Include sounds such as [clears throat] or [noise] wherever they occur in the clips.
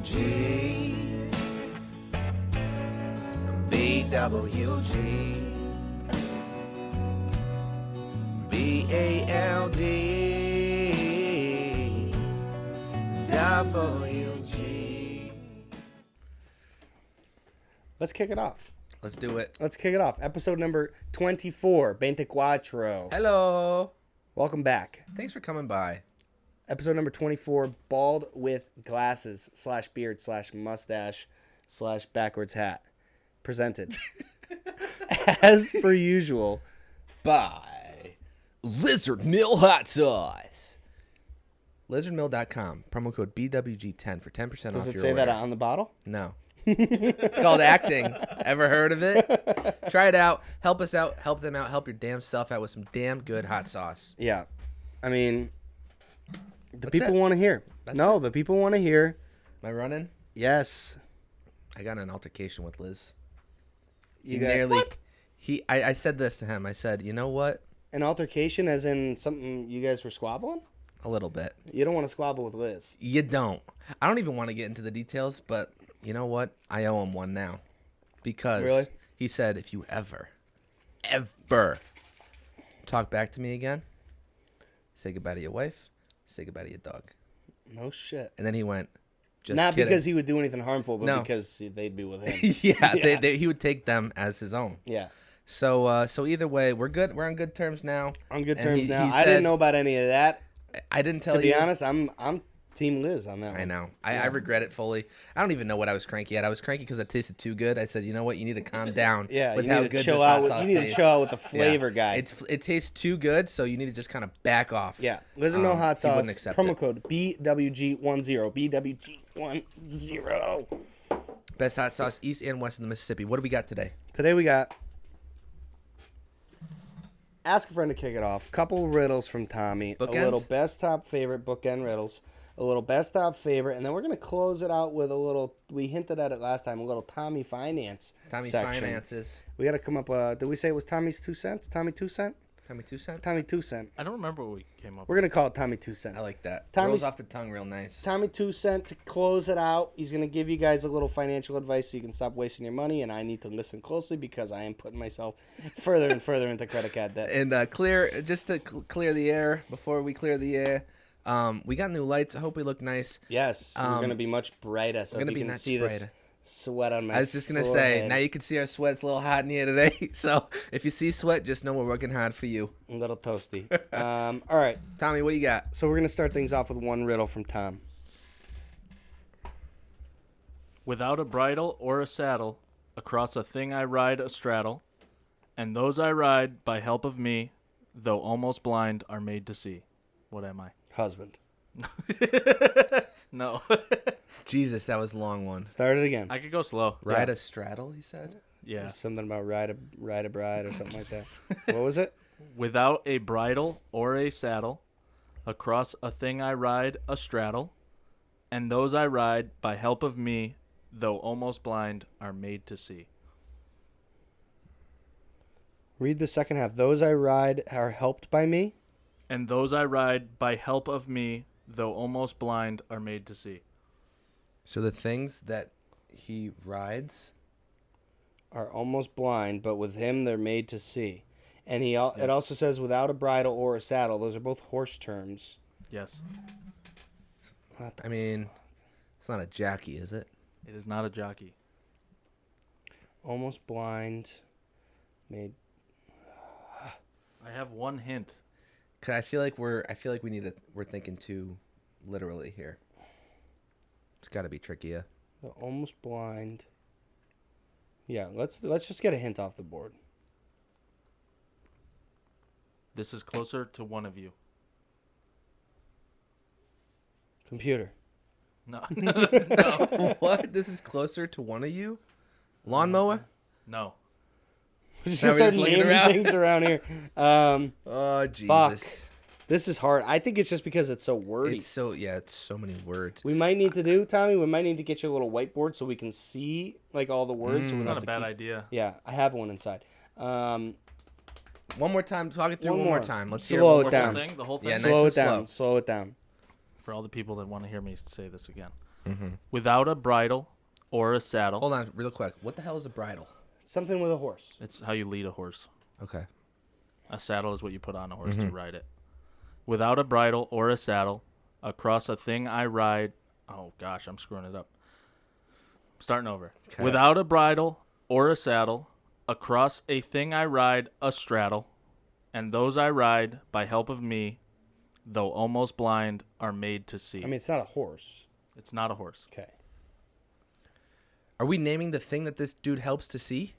BWG. BWG. B-A-L-D. W-G. Let's kick it off. Let's do it. Let's kick it off. Episode number 24, 24. Hello. Welcome back. Thanks for coming by. Episode number 24, bald with glasses slash beard slash mustache slash backwards hat. Presented. [laughs] As per usual. By Lizard Mill Hot Sauce. LizardMill.com. Promo code BWG10 for 10% off Does your it say order. that on the bottle? No. it's called acting. Ever heard of it? Try it out. Help us out. Help them out. Help your damn self out with some damn good hot sauce. Yeah. I mean, the That's people it. want to hear. That's no, the people want to hear. Am I running? Yes. I got in an altercation with Liz. You he got nearly he I, I said this to him. I said, you know what? an altercation, as in something you guys were squabbling? A little bit. You don't want to squabble with Liz. You don't. I don't even want to get into the details, but you know what? I owe him one now. Because Really? he said if you ever, ever talk back to me again, say goodbye to your wife, say goodbye to your dog. No shit. And then he went, just Not kidding. because he would do anything harmful, but No. because they'd be with him. [laughs] [laughs] yeah, They, Yeah. they, he would take them as his own. yeah. So uh, so either way, we're good. We're on good terms now. On good And terms he- now. he I said- didn't know about any of that. I didn't tell To be you. honest, I'm I'm Team Liz on that one. I know. I, I regret it fully. I don't even know what I was cranky at. I was cranky because it tasted too good. I said, you know what? You need to [laughs] calm down. Yeah, with you how good need to this chill hot out. With, sauce you need to tastes. chill out with the Yeah. flavor guy. It's it tastes too good, so you need to just kind of back off. yeah, Liz and No Um, Hot he wouldn't Sauce accept promo it. code BWG10 BWG10. Best hot sauce east and west of the Mississippi. What do we got today? Today we got ask a friend to kick it off. Couple riddles from Tommy. Bookend? A little best top favorite bookend riddles. A little best top favorite, and then we're gonna close it out with a little. We hinted at it last time. A little Tommy finance. Tommy section. finances. We gotta come up. Uh, did we say it was Tommy's two cents? Tommy two cent. Tommy two cent. Tommy two cent. I don't remember what we came up We're gonna call it Tommy two cent. I like that. Tommy's- Rolls off the tongue real nice. Tommy two cent to close it out. He's gonna give you guys a little financial advice so you can stop wasting your money. And I need to listen closely because I am putting myself further and further into credit card debt. and uh, clear just to cl- clear the air before we clear the air um, we got new lights i hope we look nice Yes, we're gonna be much brighter. So Um, if gonna you be can much see this brighter. sweat on my. i was just gonna say forehead. now you can see our sweat it's a little hot in here today [laughs] so if you see sweat just know we're working hard for you a [laughs] little toasty. um, all right, tommy what do you got so we're gonna start things off with one riddle from Tom. Without a bridle or a saddle, across a thing I ride astraddle, and those I ride by help of me, though almost blind, are made to see. What am I? Husband, No. jesus that was a long one start it again. [laughs] I could go slow. ride a straddle he said Yeah. Something about ride a ride a bride or something [laughs] like that. what was it? Without a bridle or a saddle, across a thing I ride astraddle, and those I ride by help of me, though almost blind, are made to see. Read the second half. Those I ride are helped by me. And those I ride by help of me, though almost blind, are made to see. so the things that he rides are almost blind, but with him they're made to see. And he al- it also says without a bridle or a saddle. Those are both horse terms. Yes. i mean it's not a jockey is it It is not a jockey. Almost blind, made I have one hint. 'Cause i feel like we're i feel like we need to we're thinking too literally here it's got to be trickier They're almost blind. Yeah, let's let's just get a hint off the board. This is closer to one of you. Computer. [laughs] No, [laughs] what? This is closer to one of you? Lawnmower? no. Just Now we're start just looking naming around. things around here. Um, Oh Jesus. this is hard. I think it's just because it's so wordy. It's so yeah, it's so many words. we might need to do, Tommy. We might need to get you a little whiteboard so we can see like all the words. so Mm, we It's don't not have to a bad keep- idea. Yeah, I have one inside. Um, One more time, talk it through One one, more more. time. Let's Slow hear it one it more down. The time. thing, the whole thing. Yeah, nice slow and it down. slow. Slow it down. for all the people that want to hear me say this again. Mm-hmm. Without a bridle or a saddle, Hold on, real quick. What the hell is a bridle? Something with a horse. it's how you lead a horse. Okay. A saddle is what you put on a horse Mm-hmm. to ride it. Without a bridle or a saddle, across a thing I ride. Oh gosh, I'm screwing it up. Starting over. Okay. Without a bridle or a saddle, across a thing I ride a straddle, and those I ride by help of me, though almost blind, are made to see. I mean, it's not a horse. it's not a horse. Okay. Are we naming the thing that this dude helps to see?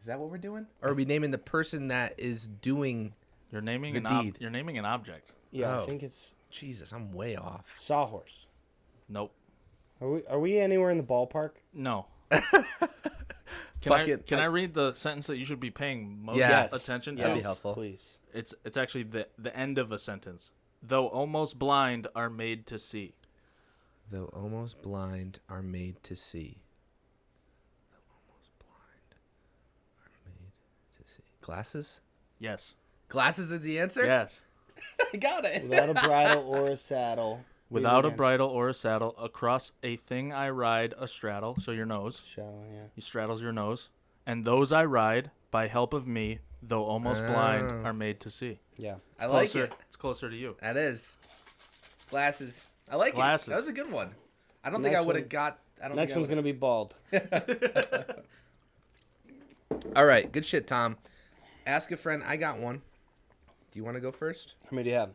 Is that what we're doing? Or are we naming the person that is doing? You're naming The an ob- deed. you're naming an object. Yeah, I Oh. think it's Jesus, I'm way off. sawhorse. Nope. Are we are we anywhere in the ballpark? [laughs] No. can I Fuck it. can I- I read the sentence that you should be paying most Yeah. Yes. attention to? That'd be helpful. Please. It's it's actually the the end of a sentence. Though almost blind are made to see. Though almost blind are made to see. Though almost blind are made to see. Glasses? Yes. Glasses is the answer? Yes. I [laughs] got it. Without a bridle or a [laughs] saddle. Read it Without a again. bridle or a saddle, across a thing I ride a straddle, so your nose. Shall I, yeah. You straddles your nose. And those I ride, by help of me, though almost blind, Oh. are made to see. Yeah. I like closer, it. It's closer to you. That is. Glasses. I like it. Glasses. That was a good one. I don't think Next I would have one- got. I don't Next one's think gonna be bald. [laughs] gonna. [laughs] All right, good shit, Tom. Ask a friend. I got one. Do you want to go first? How many do you have?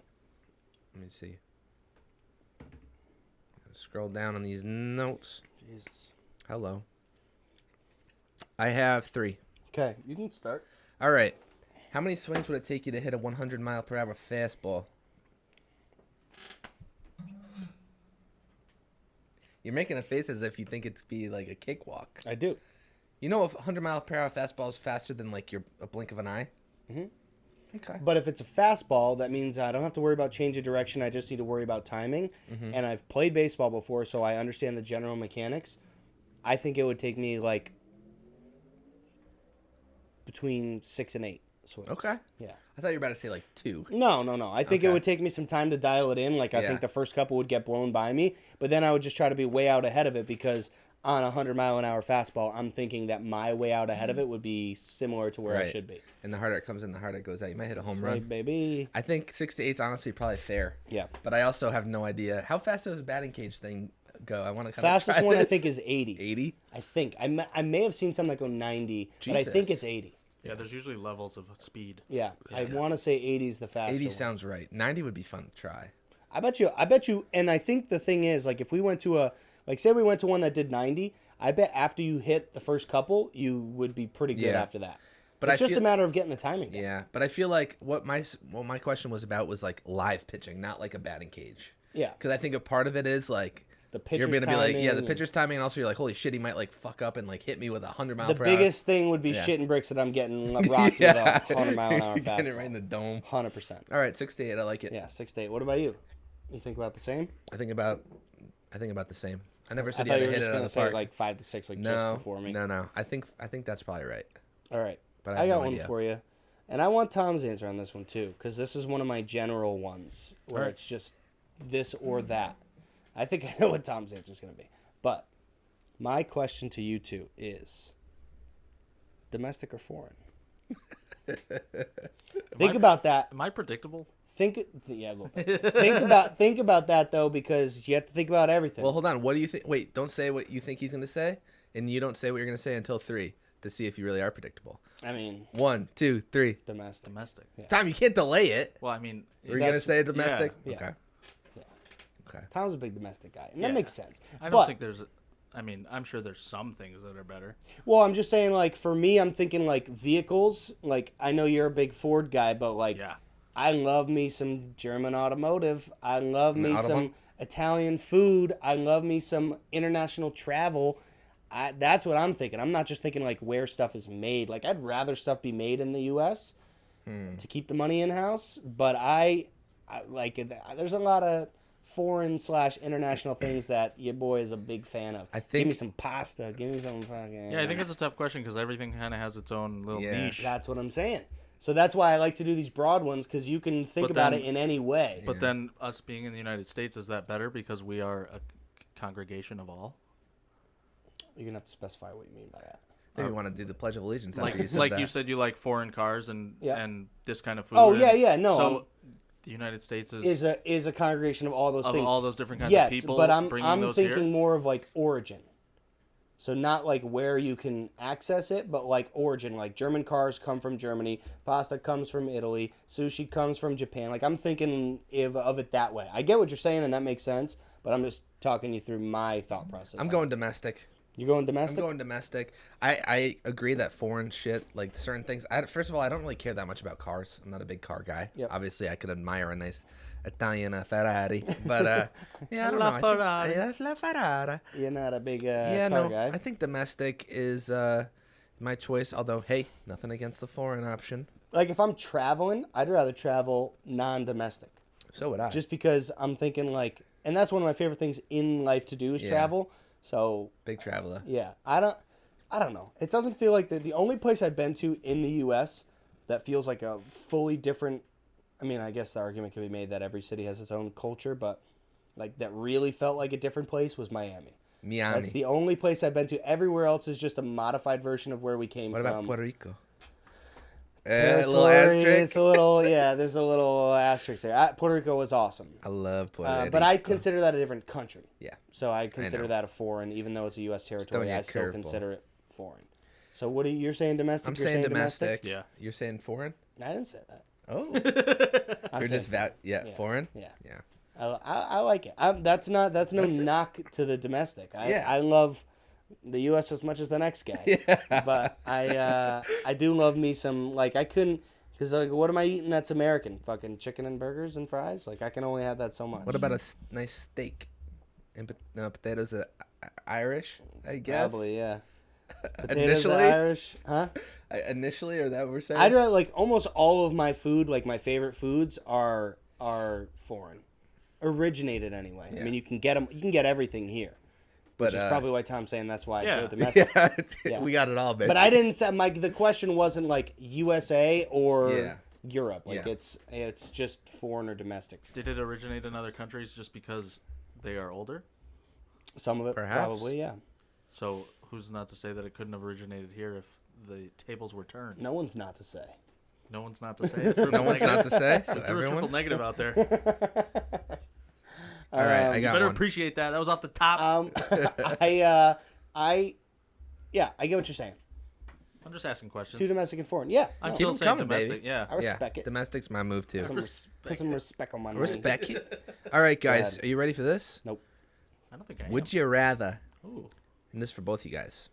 Let me see. Scroll down on these notes. Jesus. Hello. I have three. Okay, you can start. All right. How many swings would it take you to hit a 100 mile per hour fastball? You're making a face as if you think it's be like a cakewalk. I do. You know, a 100 mile per hour fastball is faster than like your a blink of an eye. Mm-hmm. Okay. But if it's a fastball, that means I don't have to worry about change of direction. I just need to worry about timing. Mm-hmm. And I've played baseball before, so I understand the general mechanics. I think it would take me like between six and eight swings. Okay. Yeah. I thought you were about to say like two. No, no, no. I think it Okay. would take me some time to dial it in. Like I Yeah. think the first couple would get blown by me, but then I would just try to be way out ahead of it because on a hundred mile an hour fastball, I'm thinking that my way out ahead of it would be similar to where I Mm-hmm. Right. should be. And the harder it comes in, the harder it goes out. You might hit a home Right, run. baby. I think six to eight's honestly probably fair. Yeah. But I also have no idea how fast does batting cage thing go. I want to kind Fastest try one I this. think is 80. 80. I think I may, I may have seen some that go 90, but I think Jesus. it's 80. Yeah, there's usually levels of speed. Yeah, I want to say 80 is the fastest. 80 one. sounds right. 90 would be fun to try. I bet you. I bet you. And I think the thing is, like, if we went to a, like, say we went to one that did 90, I bet after you hit the first couple, you would be pretty good Yeah. after that. But But it's I just a feel- matter of getting the timing. down. Yeah, but I feel like what my s- what my question was about was like live pitching, not like a batting cage. Yeah. Because I think a part of it is like The you're pitcher's gonna be like, yeah, timing the and- pitcher's timing, and also you're like, holy shit, he might like fuck up and like hit me with a hundred mile The per [laughs] biggest thing would be Yeah. shit and bricks that I'm [laughs] getting hour. rocked yeah, with a [laughs] 100 mile an hour You're getting it right in fastball. the dome. 100%. All right, six to eight, I like it. Yeah, six to eight. What about you? You think about the same? I think about, I think about the same. I never I said you had thought you to were hit just it out going of to the say park. like five to six, like no, just before me. no, no. I think I think that's probably right. [laughs] All right. But I I, have got no one idea. for you. And I want Tom's answer on this one too, because this is one of my general ones where All right. it's just this or that. I think [laughs] I know what Tom's answer is going to be. But my question to you two is domestic or foreign? think I- about that. Am I predictable? Think yeah, a little [laughs] bit. think about think about that though, because you have to think about everything. Well, hold on. What do you think? Wait, don't say what you think he's gonna say, and you don't say what you're gonna say until three to see if you really are predictable. I mean, One, two, three. domestic. Domestic. Tom, you can't delay it. Well, I mean, Were you That's- gonna say domestic? yeah. Okay. Yeah. Okay. Tom's a big domestic guy, and that Yeah. makes sense. I don't But- think there's. I mean, I'm sure there's some things that are better. Well, I'm just saying, like for me, I'm thinking like vehicles. Like I know you're a big Ford guy, but like Yeah. I love me some German automotive. I love me some Autobahn? Italian food. I love me some international travel. I, that's what I'm thinking. I'm not just thinking like where stuff is made. Like I'd rather stuff be made in the U.S. Hmm. to keep the money in house. But I, I like it- there's a lot of foreign slash international things that your boy is a big fan of. I give me think- some pasta. Give me some fucking. Yeah, I think it's a tough question because everything kind of has its own little Yeah. niche. That's what I'm saying. So that's why I like to do these broad ones because you can think But about then- it in any way. But then us being in the United States is that better because we are a congregation of all? You're gonna have to specify what you mean by that. Maybe want to do the Pledge of Allegiance. Like after you said like that. you said, you like foreign cars and Yeah. and this kind of food. Oh, and- yeah, yeah, no, So I'm- the United States is, Is a is a congregation of all those of things. all those different kinds yes, of people. but I'm bringing I'm those thinking [laughs] here. more of like origin. So not like where you can access it, but like origin. Like German cars come from Germany, pasta comes from Italy, sushi comes from Japan. Like I'm thinking if, of it that way. I get what you're saying, and that makes sense. But I'm just talking you through my thought process. I'm going domestic. You're going I'm domestic. going domestic. I, I agree that foreign shit, like certain things. I, first of all, I don't really care that much about cars. I'm not a big car guy. Yep. Obviously, I could admire a nice Italian uh, Ferrari, but [laughs] uh, yeah, I don't La know. I Ferrari. think, yeah, La Ferrari. You're not a big uh, Yeah, car no, guy. I think domestic is uh, my choice. Although, hey, nothing against the foreign option. like if I'm traveling, I'd rather travel non-domestic, So would I. just because I'm thinking like, and that's one of my favorite things in life to do is Yeah. travel. So big traveler. yeah, I don't, I don't know. It doesn't feel like the the only place I've been to in the U.S. that feels like a fully different. I mean, I guess the argument can be made that every city has its own culture, but like that really felt like a different place was Miami. Miami. That's the only place I've been to. Everywhere else is just a modified version of where we came what from. about Puerto Rico? Eh, little asterisk. It's a little, yeah. There's a little asterisk there. I, Puerto Rico was awesome, I love Puerto uh, Rico. but I consider that a different country. yeah. So I consider know. that a foreign, even though it's a U.S. throwing territory. you a I still curveball. consider it foreign. So what are you, you're saying? Domestic? I'm you're saying domestic. Yeah. You're saying [laughs] foreign. I didn't say that. Oh. I'm You're saying just va- yeah, Yeah. foreign. Yeah. Yeah. [laughs] I, I, I like it. I, that's not. That's no That's it. knock to the domestic. I, Yeah. I love the U.S. as much as the [laughs] next guy. But I uh, I do love me some like I couldn't because like what am I eating that's American? Fucking chicken and burgers and fries. Like I can only have that so much. What about a s- nice steak? And pot- no, potatoes are I- Irish, I guess. Probably [laughs] yeah. Potatoes are Initially, Irish, huh? I- initially, or that what we're saying. I'd rather like almost all of my food, like my favorite foods, are are foreign, originated anyway. I mean, you can get them. You can get everything here, but which is uh, [laughs] probably why Tom's saying that's why I Yeah. go domestic. yeah, Yeah. we got it all, baby. But I didn't say my the question wasn't like USA or Yeah. Europe. Like Yeah. it's it's just foreign or domestic. Did it originate in other countries just because they are older? Some of it Perhaps. probably, yeah. So who's not to say that it couldn't have originated here if the tables were turned? No one's not [laughs] to say. No one's not to say. [laughs] it. [laughs] Triple no one's negative. not to say. So I threw a triple everyone, negative [laughs] out there. You all right, I got better one. appreciate that. That was off the top. Um, [laughs] I uh, I yeah, I get what you're saying. I'm just asking questions. Two domestic and foreign. Yeah, I'm no, still Keep 'em saying coming, baby. domestic. Yeah. I respect yeah, it. domestic's my move too. Put some, res- put some respect on my name. Respect it. All right, guys, ahead. are you ready for this? Nope. I don't think I Would you rather? am. Ooh. and this is for both you guys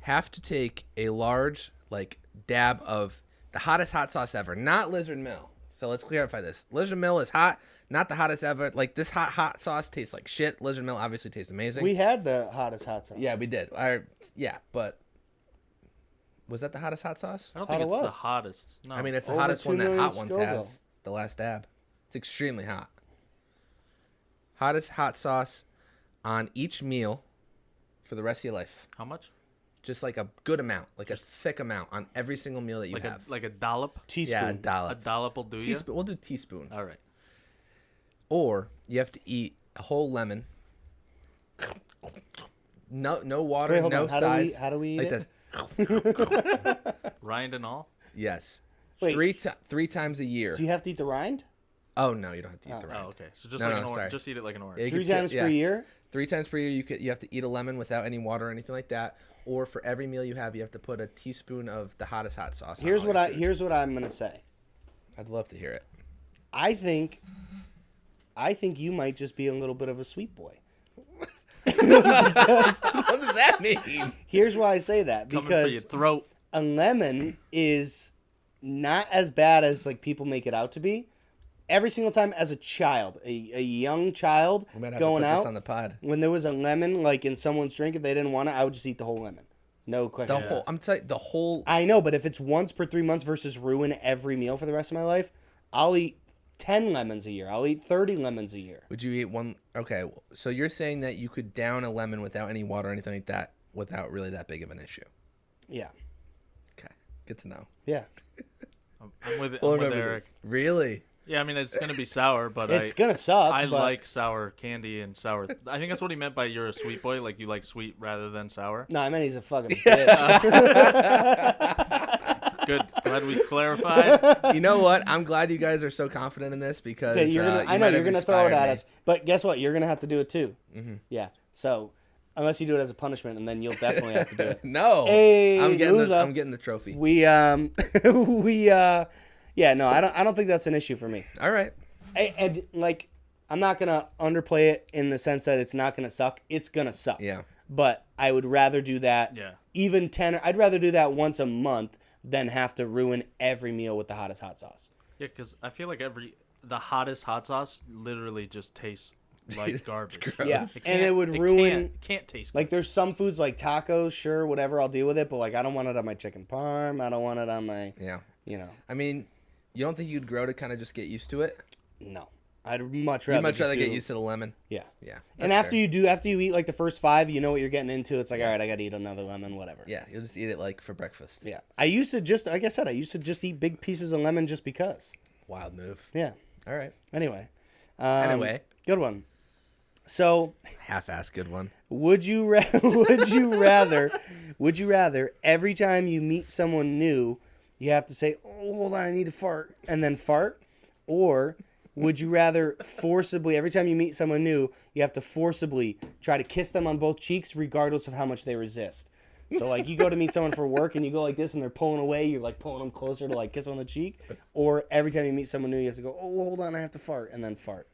have to take a large like dab of the hottest hot sauce ever not lizard mill so let's clarify this lizard mill is hot not the hottest ever like this hot hot sauce tastes like shit lizard mill obviously tastes amazing We had the hottest hot sauce. yeah we did I, yeah but was that the hottest hot sauce I don't Hot think it it's the was. hottest. No. i mean it's the Over hottest two one that million hot ones Scoville. has the last dab it's extremely hot hottest hot sauce on each meal for the rest of your life how much? just like a good amount, like a thick amount on every single meal that you Like a have. like a dollop. Teaspoon. yeah, a A Uh. dollop. dollop will do you. teaspoon. We'll do teaspoon. All right. Or you have to eat a whole lemon. No, no water, Wait, hold no on. How do we- sides. how do we eat like it? this? [laughs] Rind and all. Yes. Wait. Three ti three times a year. Do you have to eat the rind? oh no, you don't have to eat the rind. Oh, okay. So just No, like no, an sorry. orange. Just eat it like an Yeah, orange. you Three can- times yeah. per year? Three times per year, you could, you have to eat a lemon without any water or anything like that. Or for every meal you have, you have to put a teaspoon of the hottest hot sauce. on Here's all what your I food. here's what I'm gonna say. I'd love to hear it. [laughs] I think I think you might just be a little bit of a sweet boy. what does that mean? Here's why I say that Coming for your because throat. a lemon is not as bad as like people make it out to be. Every single time as a child, a, a young child We might have going to put out this on the pod. when there was a lemon like in someone's drink if they didn't want it, I would just eat the whole lemon. No question. The asked. whole. I'm telling the whole. I know, but if it's once per three months versus ruin every meal for the rest of my life, I'll eat ten lemons a year. I'll eat thirty lemons a year. Would you eat one? Okay, so you're saying that you could down a lemon without any water or anything like that, without really that big of an issue. Yeah, Okay, good to know. yeah. I'm, I'm with, I'm We'll with remember Eric. this. Really? Yeah, I mean it's gonna be sour, but It's I gonna suck. I but like sour candy and sour. I think that's what he meant by you're a sweet boy, like you like sweet rather than sour. No, I mean he's a [laughs] fucking bitch. [laughs] Good, glad we [laughs] clarified. You know what? I'm glad you guys are so confident in this because Okay, you're uh, gonna, you I know might you're have gonna throw it inspired at me. us, but guess what? You're gonna have to do it too. Yeah. So unless you do it as a punishment, and then you'll definitely have to do it. [laughs] No, Hey, I'm getting loser. the, I'm getting the trophy. [laughs] We um, [laughs] we uh, yeah. No, I don't. I don't think that's an issue for me. All right. I, and like, I'm not gonna underplay it in the sense that it's not gonna suck. It's gonna suck. Yeah. But I would rather do that. Yeah. Even ten. I'd rather do that once a month than have to ruin every meal with the hottest hot sauce. Yeah, because I feel like every the hottest hot sauce literally [laughs] just tastes like garbage. gross. Yeah. It And it can't- would it ruin. can't, can't taste Like there's some foods like tacos, sure, whatever, I'll deal with it, but like I don't want it on my chicken parm. I don't want it on my, Yeah. you know, I mean, you don't think you'd grow to kind of just get used to it? no. I'd much rather. You'd much just rather do, get used to the lemon. Yeah. Yeah. and that's after fair. you do, after you eat like the first five, you know what you're getting into. It's like, all right, I got to eat another lemon, whatever. yeah, you'll just eat it like for breakfast. Yeah. I used to just, like I said, I used to just eat big pieces of lemon just because. Wild move. Yeah. All right. Anyway. Um, Anyway. Good one. So, Half-ass good one. Would you ra- [laughs] would you rather would you rather every time you meet someone new you have to say oh hold on I need to fart and then fart or would you rather forcibly every time you meet someone new you have to forcibly try to kiss them on both cheeks regardless of how much they resist so like you go to meet someone for work and you go like this and they're pulling away you're like pulling them closer to like kiss on the cheek or every time you meet someone new you have to go oh hold on I have to fart and then fart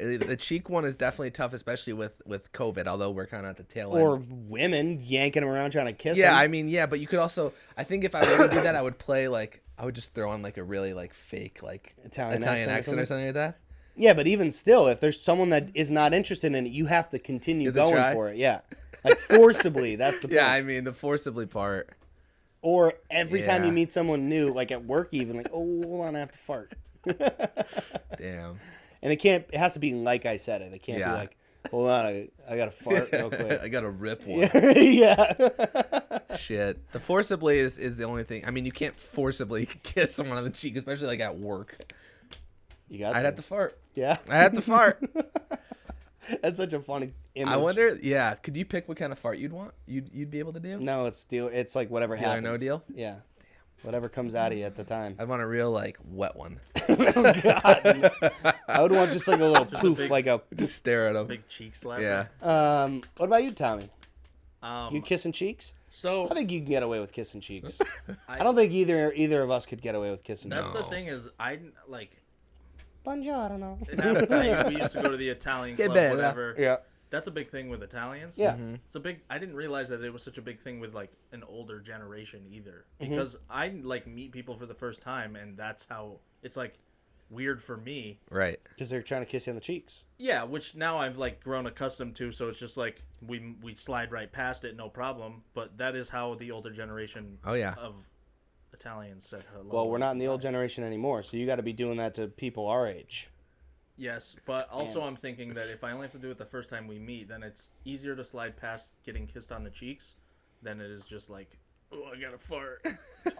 Uh, The cheek one is definitely tough, especially with with COVID. Although we're kind of at the tail end. or women yanking them around trying to kiss yeah, them. I mean, yeah, but you could also. I think if I were to do that, I would play like I would just throw on like a really like fake like Italian Italian, accent or accent, or something like that. Yeah, but even still, if there's someone that is not interested in it, you have to continue have to going try. for it. Yeah. Like forcibly, that's the [laughs] point. Yeah, I mean the forcibly part. or every time you Yeah. meet someone new, like at work, even like, oh, hold on, I have to fart, Damn. and it can't. It has to be like I said it. It can't Yeah. be like, hold on, I, I gotta fart [laughs] real quick. I got to rip one. [laughs] yeah. [laughs] Shit. The forcibly is is the only thing. I mean, you can't forcibly [laughs] kiss someone on the cheek, especially like at work. You got. I'd have to fart. Yeah. [laughs] I have to fart. That's such a funny image. I wonder. Yeah, could you pick what kind of fart you'd want? You'd you'd be able to do. No, it's deal. It's like whatever or happens. no deal? Yeah. Whatever comes out of you at the time. [laughs] I'd want a real like wet [laughs] one. [laughs] I would want just like a little poof, big- like a. Just stare at him. big cheek slap. yeah. Um. What about you, Tommy? You Um. kissing cheeks? So I think you can get away with [laughs] kissing cheeks. I don't think either either of us could get away with kissing that's cheeks. the No. thing is I like. [laughs] Bonjour, I don't know. it happened, like, we used to go to the Italian Che club, bella. whatever. [laughs] Yeah. That's a big thing with Italians. Yeah. Mm-hmm. Mhm. It's a big I didn't realize that it was such a big thing with like an older generation either. Mm-hmm. Because I like meet people for the first time and that's how it's like weird for me. Right. Because they're trying to kiss you on the cheeks. Yeah, which now I've like grown accustomed to, so it's just like we we slide right past it no problem, but that is how the older generation Oh, yeah. of Italians said Oh, hello. Well, we're not in the old generation anymore, so you got to be doing that to people our age. Yes, but also I'm thinking that if I only have to do it the first time we meet, then it's easier to slide past getting kissed on the cheeks than it is just like, oh, I got [laughs] to fart.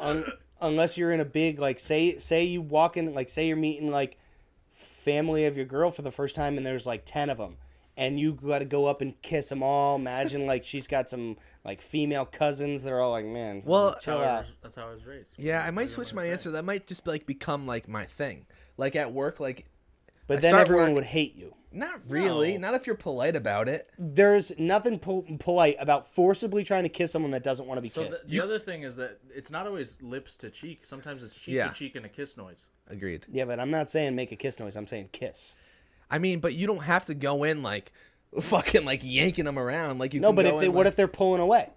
Un- unless you're in a big like say say you walk in like say you're meeting like family of your girl for the first time and there's like 10 of them and you got to go up and kiss them all. Imagine like she's got some like female cousins. They're all like, man, Well, chill That's how I out. was- that's how I was raised. Yeah, I What might do you switch want my me to answer. say? That might just like become like my thing. Like at work, like But then start everyone work- would hate you. not really. No. Not if you're polite about it. there's nothing po- polite about forcibly trying to kiss someone that doesn't want to be So the, kissed. the other thing is that it's not always lips to cheek. Sometimes it's cheek Yeah. to cheek and a kiss noise. Agreed. yeah, but I'm not saying make a kiss noise. I'm saying kiss. I mean, but you don't have to go in like [laughs] fucking like yanking them around. Like you. No, can but go if they, in, what like- if they're pulling away?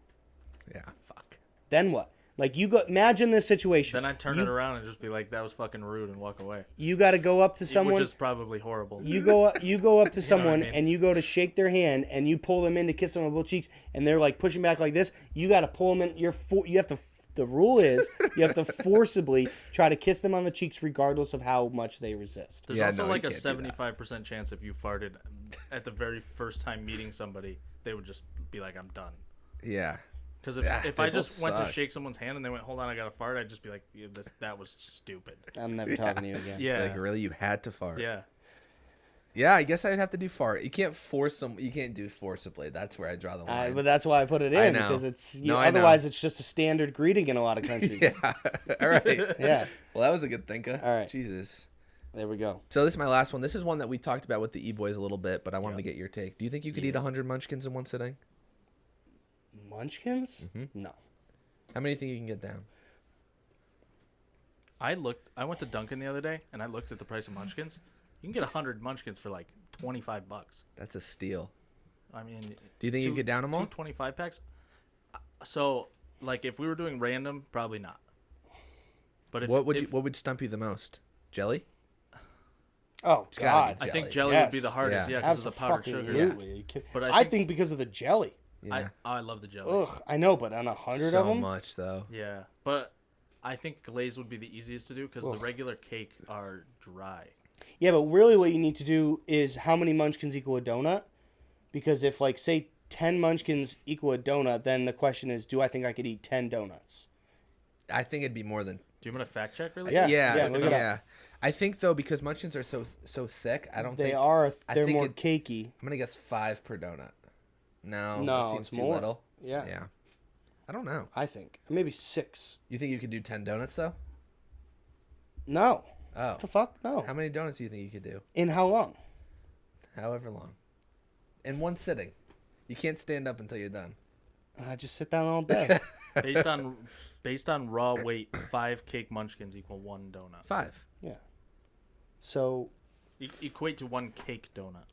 Yeah. Fuck. Then what? Like you go imagine this situation. Then I turn you, it around and just be like, that was fucking rude and walk away. You got to go up to Which someone. is probably horrible. You go up, you go [laughs] up to someone mean? and you go to shake their hand and you pull them in to kiss them on both cheeks and they're like pushing back like this. You got to pull them in. You're for, you have to. The rule is you have to forcibly try to kiss them on the cheeks regardless of how much they resist. There's Yeah, also no, you like a can't do that. 75% chance if you farted at the very first time meeting somebody, they would just be like, I'm done. Yeah. Because if, Yeah, if they I both just went to suck. shake someone's hand and they went, "Hold on, I got to fart," I'd just be like, yeah, this, "That was stupid." I'm never talking to you again. [laughs] Yeah, Like really, you had to fart. yeah. Yeah, I guess I'd have to do fart. You can't force some. You can't do forcibly. That's where I draw the I, line. [laughs] but that's why I put it I in know. because it's you, No, I know. otherwise it's just a standard greeting in a [laughs] lot of countries. yeah. All right. [laughs] Yeah. Well, that was a good thinker. All right. Jesus. There we go. So this is my last one. This is one that we talked about with the e boys a little bit, but I wanted to get your take. Do you think you could eat eat 100 munchkins in one sitting? Munchkins? Mm-hmm. No. How many do you think you can get down? I looked. I went to Dunkin' the other day and I looked at the price of Munchkins. You can get hundred Munchkins for like twenty five bucks. That's a steal. I mean, Do you think you two- could down 'em all? Two twenty five packs. Uh, So, like, if we were doing random, probably not. But if what would if, you, what would stump you the most? Jelly? Oh gotta God. be I think Jelly. jelly would be Yes. the hardest, Yeah. yeah, because of the powdered sugar. Absolutely. Are you kidding? But I I think- think because of the jelly. Yeah. I, I love the jelly. Ugh, I know, but on a hundred so of them, much though. Yeah, but I think glaze would be the easiest to do because the regular cake are dry. yeah. But really, what you need to do is how many munchkins equal a donut? Because if like say ten munchkins equal a donut, then the question is, do I think I could eat ten donuts? I think it'd be more than Do you want to fact check really? Yeah. yeah, yeah. look it up. I think though because munchkins are so so thick, I don't They think are. I They're think more it- cakey. I'm gonna guess five per donut. No, Oh, that No, seems it's too more. little. Yeah. yeah. I don't know. I think maybe six. You think you could do ten donuts though? No. Oh, the fuck? No. how many donuts do you think you could do? In how long? However long, in one sitting. You can't stand up until you're done. I just sit down all day. [laughs] Based on based [coughs] on raw weight, five cake munchkins equal one donut. Five. yeah. So E- equate to one cake donut.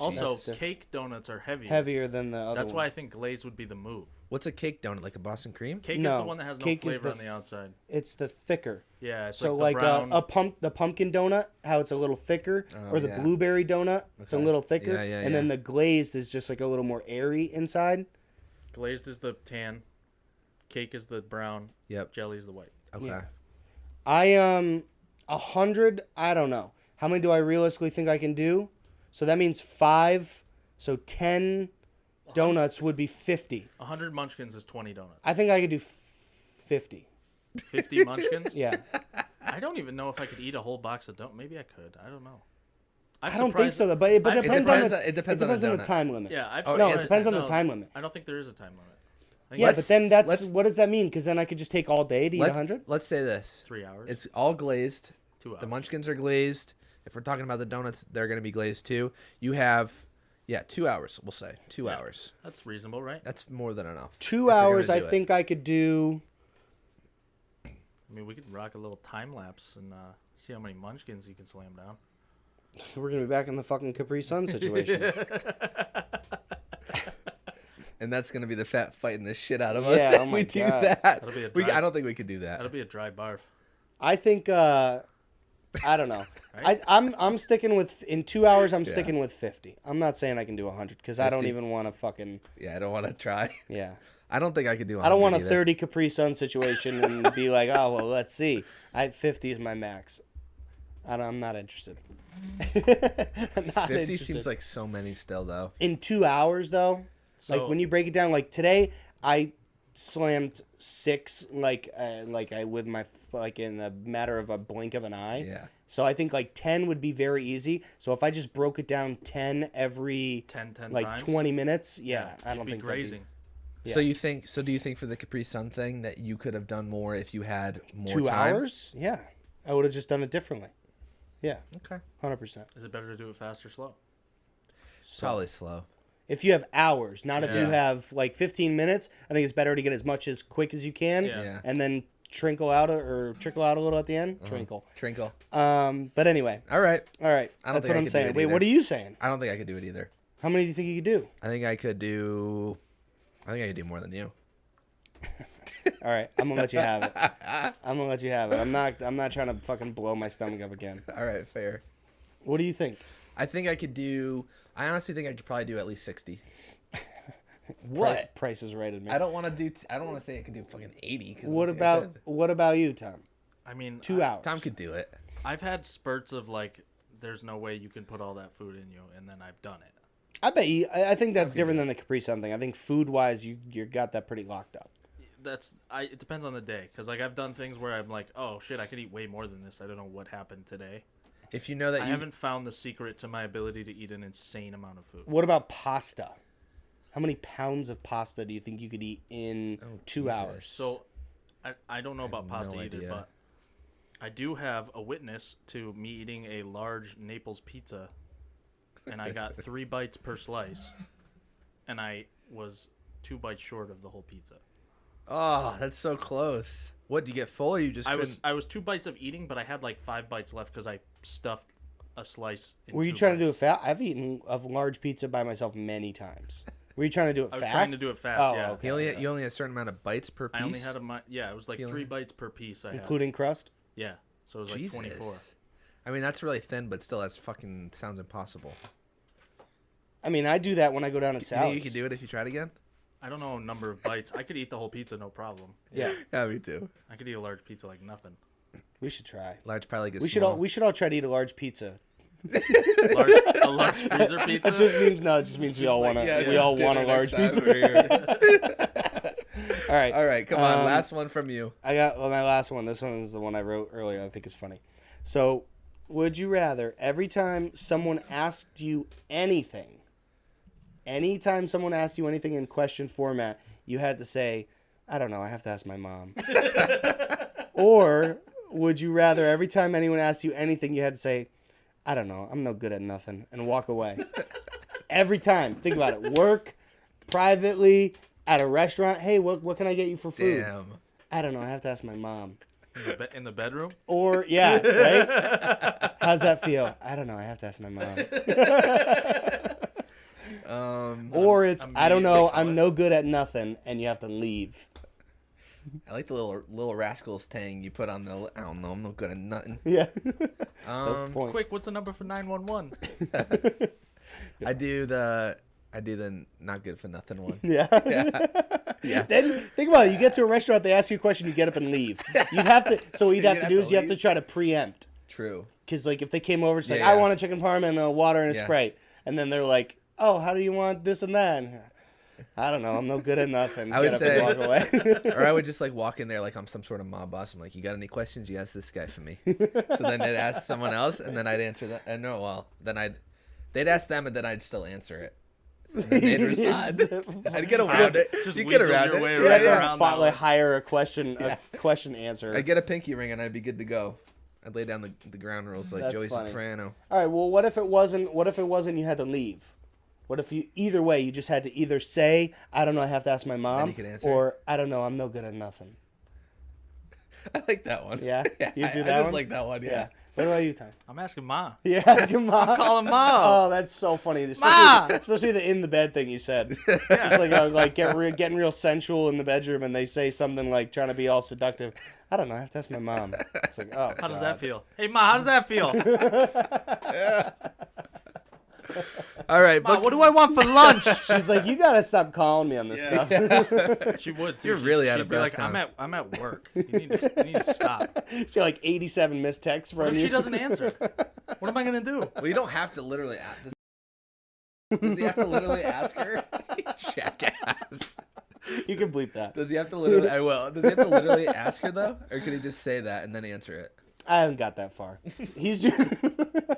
Also, That's diff- cake donuts are heavy. heavier than the other. That's one. why I think glaze would be the move. What's a cake donut like a Boston cream? Cake is No, the one that has no cake is flavor the on the th- outside. it's the thicker. Yeah, it's So like, like, the uh, brown. a pump, the pumpkin donut, how it's a little thicker, or the yeah. blueberry donut, it's a Okay. little thicker, Yeah, yeah, and then yeah. the glazed is just like a little more airy inside. Glazed is the tan. Cake is the brown. Yep. Jelly is the white. Okay. Yeah. I um, a hundred, I don't know how many do I realistically think I can do. So that means five. So ten donuts would be fifty. A 100 munchkins is 20 donuts. I think I could do f- fifty. 50 munchkins? [laughs] Yeah, I don't even know if I could eat a whole box of donuts. Maybe I could. I don't know. I'm I don't think surprised- so. Though, but it, but I'm it depends, surprised- on the, it depends on the on the donut. time limit. Yeah, I've Oh, no, yeah. it depends on the no, time limit. I don't think there is a time limit. I think Yeah, it's but then that's let's- what does that mean? Because then I could just take all day to eat Let's, hundred. let's say this. three hours. It's all glazed. Two The hours. munchkins are glazed. If we're talking about the donuts, they're going to be glazed too. You have, yeah, two hours. We'll say two hours. That's reasonable, right? That's more than enough. if Two you're gonna hours, I do it. think I could do. I mean, we could rock a little time lapse and uh, see how many munchkins you can slam down. We're gonna be back in the fucking Capri [laughs] Sun situation. yeah, and that's going to be the fat fighting the shit out of Yeah, us if oh my we do God. that. That'll be a we, drive- I don't think we could do that. That'll be a dry barf. I think. uh I don't know. [laughs] Right? I, I'm I'm sticking with in two hours. I'm Yeah. sticking with fifty. I'm not saying I can do hundred because I don't 50. even want to fucking yeah, I don't want to try. yeah. I don't think I could do. I don't want a 100 either. thirty Capri Sun situation and be like, oh well, let's see. I fifty is my max. I don't, I'm not interested. [laughs] I'm not Fifty interested. seems like so many still though. in two hours though like So- when you break it down like today i slammed six like uh, like i with my like in a matter of a blink of an eye Yeah. so i think like 10 would be very easy so if i just broke it down 10 every 10, 10 like times. 20 minutes yeah, i You'd don't be think that'd be- grazing. So you think? So do you think for the Capri Sun thing that you could have done more if you had more two time? hours yeah i would have just done it differently yeah Okay. 100% Is it better to do it fast or slow? Probably slow. if you have hours not if you Yeah. have like 15 minutes i think it's better to get as much as quick as you can Yeah. Yeah. Uh-huh. and then trinkle out a, or trickle out a little at the end. Trinkle. Trinkle. Um, but anyway, All right. all right. I don't think That's what I I'm could do saying. it Wait, what either. are you saying? I don't think I could do it either. How many do you think you could do? I think I could do. I think I could do more than you. [laughs] All right, I'm gonna let you have it. [laughs] I'm gonna let you have it. I'm not. I'm not trying to fucking blow my stomach up again. All right, fair. What do you think? I think I could do. I honestly think I could probably do at least sixty. Pri- What? Price is right at me. I don't want to do. I don't want to say I could do fucking eighty. 'cause I don't What think I about could. Uh, what about you, Tom? I mean, Two I- hours. Tom? Could do it. I've had spurts of like, there's no way you can put all that food in you, and then I've done it. I bet you. I, I think that's different than the Capri Sun thing. I think food wise, you you got that pretty locked up. That's I. It depends on the day, because like I've done things where I'm like, oh shit, I could eat way more than this. I don't know what happened today. If you know that I you haven't found the secret to my ability to eat an insane amount of food. What about pasta? How many pounds of pasta do you think you could eat in two Jesus. hours? So, I, I don't know about have pasta no either, idea. but I do have a witness to me eating a large Naples pizza, and [laughs] I got three bites per slice, and I was two bites short of the whole pizza. Oh, that's so close. What do you get full or you just I was couldn't- I was two bites of eating, but I had like five bites left because I stuffed a slice. In Were you two trying to do it bites. fast? I've eaten a large pizza by myself many times. Were you trying to do it I fast? Oh, was trying to do it fast, yeah. you only you only had a certain amount of bites per piece. I only had a mi- yeah, it was like three bites per piece. I had. Including crust? yeah, so it was like Jesus. twenty four. I mean, that's really thin, but still, that's fucking sounds impossible. I mean, I do that when I go down to You, know Sally's. you could do it if you tried again. I don't know a number of bites. I could eat the whole pizza, no problem. Yeah, [laughs] Yeah, me too. I could eat a large pizza like nothing. [laughs] we should try. Large pie like a We should small. all we should all try to eat a large pizza. large, [laughs] a large freezer pizza. It just means no, it just means we all want to. we all want a large pizza. [laughs] All right, all right, come on, Um, last one from you. I got well, my last one. This one is the one I wrote earlier. I think is funny. So, would you rather every time someone asked you anything, anytime someone asked you anything in question format, you had to say, "I don't know. I have to ask my mom," or would you rather every time anyone asked you anything, you had to say, "I don't know. I'm no good at nothing," and walk away? every time. Think about it. Work, privately, at a restaurant. Hey, what what can I get you for food? Damn. I don't know. I have to ask my mom. in, the be- in the bedroom. Or yeah, right? How's that feel? I don't know. I have to ask my [laughs] mom. Um, Or it's I don't know. Immediately I'm no good at nothing, and you have to leave. [laughs] I like the little little rascals tang you put on the. I don't know. I'm no good at nothing. Yeah, that's the Um, point. Quick, what's the number for nine one one? I do the. I do the not good for nothing one. [laughs] Yeah. [laughs] Then think about it. You get to a restaurant, they ask you a question, you get up and [laughs] leave. You have to. So what you'd have You'd to have do to is you have to leave? try to preempt. True. Because like if they came over, it's like Yeah, I yeah. want a chicken parm and a water and a Yeah. sprite, and then they're like, oh, how do you want this and that? And, I don't know. I'm no good at nothing. I would get up and walk away. [laughs] [laughs] or I would just like walk in there like I'm some sort of mob boss. I'm like, you got any questions? You ask this guy for me. so then they'd ask someone else, and then I'd answer that. And no, well, then I'd they'd ask them, and then I'd still answer it. And then [laughs] they'd respond. I'd get around it. Just you get weasel around your it. way yeah, right yeah. around. that Fought, like, one. hire a question, a question answer. I'd get a pinky ring, and I'd be good to go. I'd lay down the, the ground rules like That's Joey funny. Soprano. [laughs] All right. Well, what if it wasn't? What if it wasn't? You had to leave. What if you either way you just had to either say I don't know I have to ask my mom you could answer. or I don't know I'm no good at nothing. I like that one. [laughs] Yeah? You I- do I, that just one? like that one. Yeah. What about you, [laughs] Tom? I'm asking Ma. Yeah, ask your mom. calling mom. Oh, that's so funny. Especially, Mom! especially the in the bed thing [laughs] you said. Yeah. It's like uh, like get re- getting real sensual in the bedroom, and they say something like trying to be all seductive. I don't know. I have to ask my mom. It's like, oh, How does that feel? Hey Ma, how does that [laughs] feel? All right, Ma, book- what do I want [laughs] for lunch? She's like, you gotta stop calling me on this Yeah. stuff. [laughs] she would. Too. You're She- really she'd out of be breath, Like, I'm Tom. at I'm [laughs] at work. You need to, you need to stop. [laughs] she like 87 missed texts from What if you. she [laughs] doesn't answer? What am I gonna do? Well, you don't have to literally ask. Does, does he have to literally ask her? [laughs] Jackass. You can bleep that. Does he have to literally? I will. Does he have to literally ask her though, or could he just say that and then answer it? I haven't got that far. He's ju-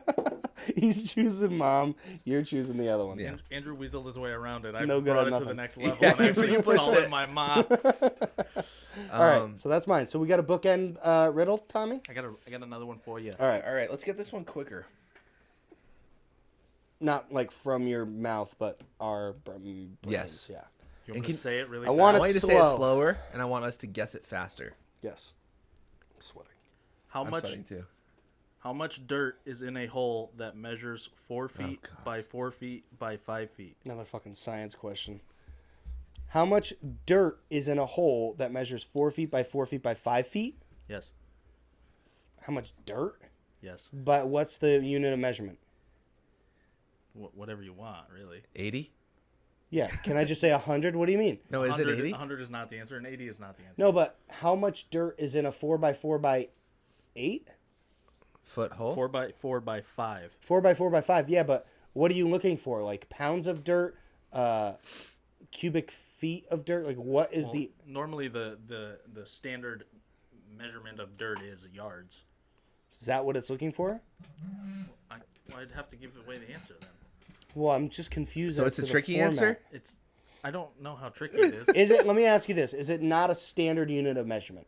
[laughs] he's choosing mom. You're choosing the other one. Yeah. Andrew weaseled his way around it. I No good brought at it to the [laughs] nothing. next level Yeah, and actually you pushed called it. my [laughs] mom. All right. Um, so that's mine. So we got a bookend uh, riddle, Tommy. I got a, I got another one for you. All right. All right, let's get this one quicker. Not like from your mouth, but our br- brains. Yes. Yeah. You want me can- to say it really I fast? I wanna- want you to It's say it slow. slower, and I want us to guess it faster. Yes. I'm sweating. How I'm much sweating too. How much dirt is in a hole that measures four feet Oh, God. by four feet by five feet? Another fucking science question. How much dirt is in a hole that measures four feet by four feet by five feet? Yes. How much dirt? Yes. But what's the unit of measurement? Wh- whatever you want, really. Eighty? Yeah. Can I just say 100? What do you [laughs] mean? No, Oh, is it 100 eighty? 100 is not the answer, and 80 is not the answer. No, but how much dirt is in a 4 by 4 by 8? Foot hole. Four by four by five. 4 by 4 by 5. Yeah, but what are you looking for? Like pounds of dirt, uh, cubic feet of dirt. Like what is Well, the normally the, the the standard measurement of dirt is yards. is that what it's looking for? I, well, I'd have to give away the answer then. Well, I'm just confused. So as it's a to the tricky format. answer. It's I don't know how tricky it [laughs] is. Is it? Let me ask you this: Is it not a standard unit of measurement?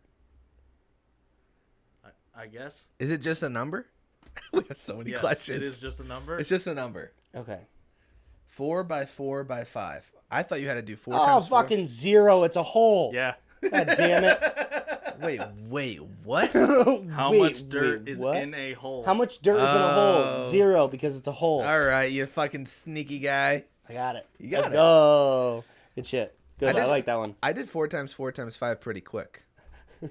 I, I guess. Is it just a number? [laughs] we have so many Yes, questions. it is just a number. It's just a number. Okay. Four by four by five. I thought you had to do four Oh, times four. fucking zero! It's a hole. yeah. God damn it! [laughs] Wait, wait, [laughs] what? [laughs] How Wait, much dirt wait, is what? in a hole? How much dirt is in a Oh. hole? Zero because it's a hole. All right, you fucking sneaky guy. I got it. You got Let's it. go. Good shit. Good. I I, did- like that one. I did four times four times five pretty [laughs] quick. [laughs] I Well,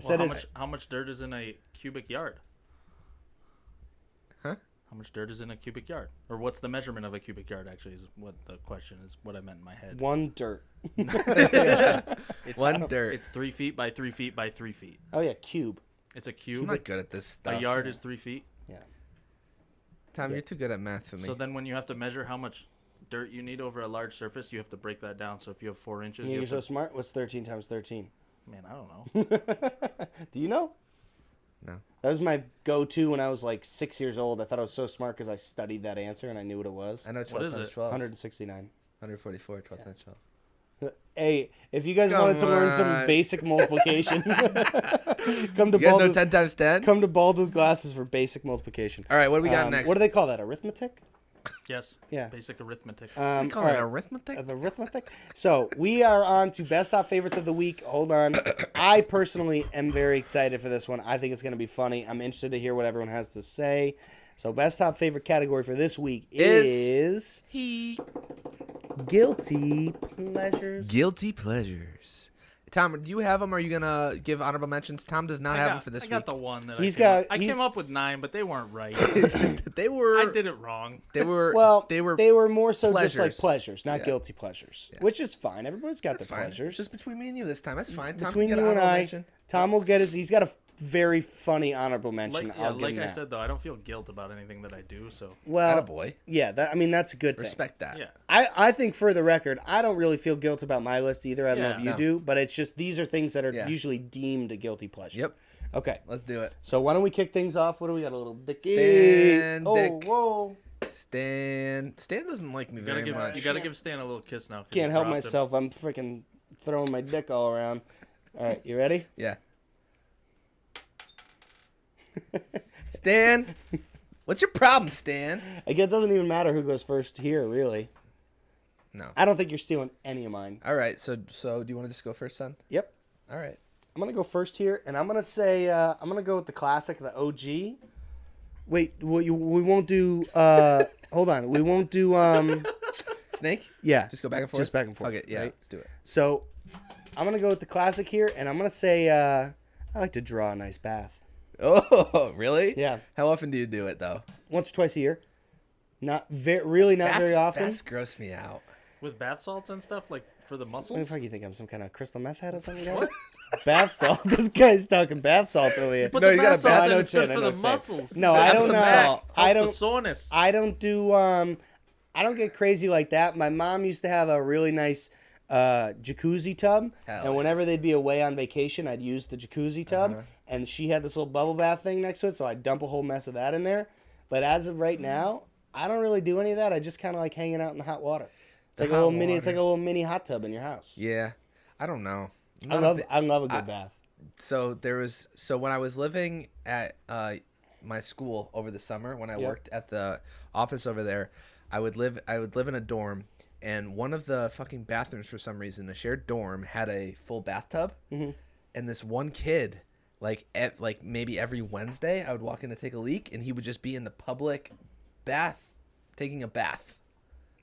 said how it's much how much dirt is in a cubic yard? Huh? How much dirt is in a cubic yard? Or what's the measurement of a cubic yard actually is what the question is what I meant in my head. one dirt. It's One dirt. It's three feet by three feet by three feet. Oh yeah, cube. It's a I'm cube. not good at this stuff. a yard is three feet. Yeah. Tom, you're too good at math for me. So then when you have to measure how much dirt you need over a large surface, you have to break that down. So if you have four inches, you You're have so to, smart. What's thirteen times thirteen? [laughs] man, I [laughs] don't know. Do you know? No. That was my go-to when I was like six years old. I thought I was so smart because I studied that answer and I knew what it was. I know 12 is times it? 12. 169. 144, 12 times 12. Hey, if you guys wanted to Come learn on. some [laughs] basic multiplication, [laughs] come to You guys bald know with, 10 times 10? come to bald with glasses for basic multiplication. All right, what do we got Um, next? What do they call that? Arithmetic. yes. Yeah. Basic arithmetic. Um, call all it right. arithmetic? of arithmetic. So we are on to best top favorites of the week. [coughs] Hold on. I personally am very excited for this one. I think it's going to be funny. I'm interested to hear what everyone has to say. So best top favorite category for this week Is- is, He. guilty pleasures. Guilty pleasures. Tom, do you have them? Or are you going to give honorable mentions? Tom does not I have got, them for this I week. [laughs] got the one that He's I came up- got- I he's- came up with nine, but they weren't right. they were. I did it wrong. They were. well, they were. more so just like pleasures. pleasures, not Yeah. guilty pleasures, which is fine. Everybody's got That's the fine. pleasures. Just between me and you this time. That's fine. Tom, Between can get you and honorable I, mention. Tom will get his. He's got a very funny honorable mention. Like, yeah, I'll give like him I that. said though, I don't feel guilt about anything that I do. So well, Attaboy. yeah, that, I mean that's a good thing. Respect that. yeah, I, I think for the record, I don't really feel guilt about my list either. I don't know Yeah. if you No. do, but it's just these are things that are Yeah. usually deemed a guilty pleasure. Yep. Okay. Let's do it. So why don't we kick things off? What do we got? A little dicky. Stand oh, dick. whoa. Stan. Stan doesn't like me you gotta very give much. you gotta give Stan a little kiss now. 'cause Can't you help dropped him. myself. I'm freaking throwing my dick all around. All right, you ready? [laughs] Yeah. Stan, what's your problem, Stan? I guess it doesn't even matter who goes first here, really. No. I don't think you're stealing any of mine. All right. So, so do you want to just go first, son? Yep. All right. I'm gonna go first here, and I'm gonna say uh, I'm gonna go with the classic, the OG. Wait, we, we won't do. Uh, hold on, we won't do. Um, Snake. yeah, Just go back and forth. Just back and forth. Okay. Yeah. right? Let's do it. [laughs] So, I'm gonna go with the classic here, and I'm gonna say uh, I like to draw a nice bath Oh, really? Yeah. How often do you do it though? once or twice a year. Not very, really, not very often. That's gross me out. with bath salts and stuff, like for the What the muscles. fuck you think I'm some kind of crystal meth head or something? guys? bath salt. [laughs] this guy's talking bath salts over here. But No, the you gotta bath bath- salts I know are what you're good saying, I for know the what you're saying. muscles. No, I Have don't some know. salt. I Helps don't. the soreness. I don't do um I don't get crazy like that. My mom used to have a really nice uh, jacuzzi Hell tub, and yeah. Uh-huh. whenever they'd be away on vacation, I'd use the jacuzzi tub, and she had this little bubble bath thing next to it, so I'd dump a whole mess of that in there. But as of Mm-hmm. right now, I don't really do any of that. I just kind of like hanging out in the hot water. It's like a hot little mini. It's water. like a little mini hot tub in your house. Yeah. I don't know. I Not a love bi- I love a good bath. so there was so when I was living at uh, my school over the summer when I Yeah. worked at the office over there, I would live I would live in a dorm and one of the fucking bathrooms for some reason the shared dorm had a full bathtub Mm-hmm. and this one kid like at, like maybe every Wednesday I would walk in to take a leak and he would just be in the public bath taking a bath.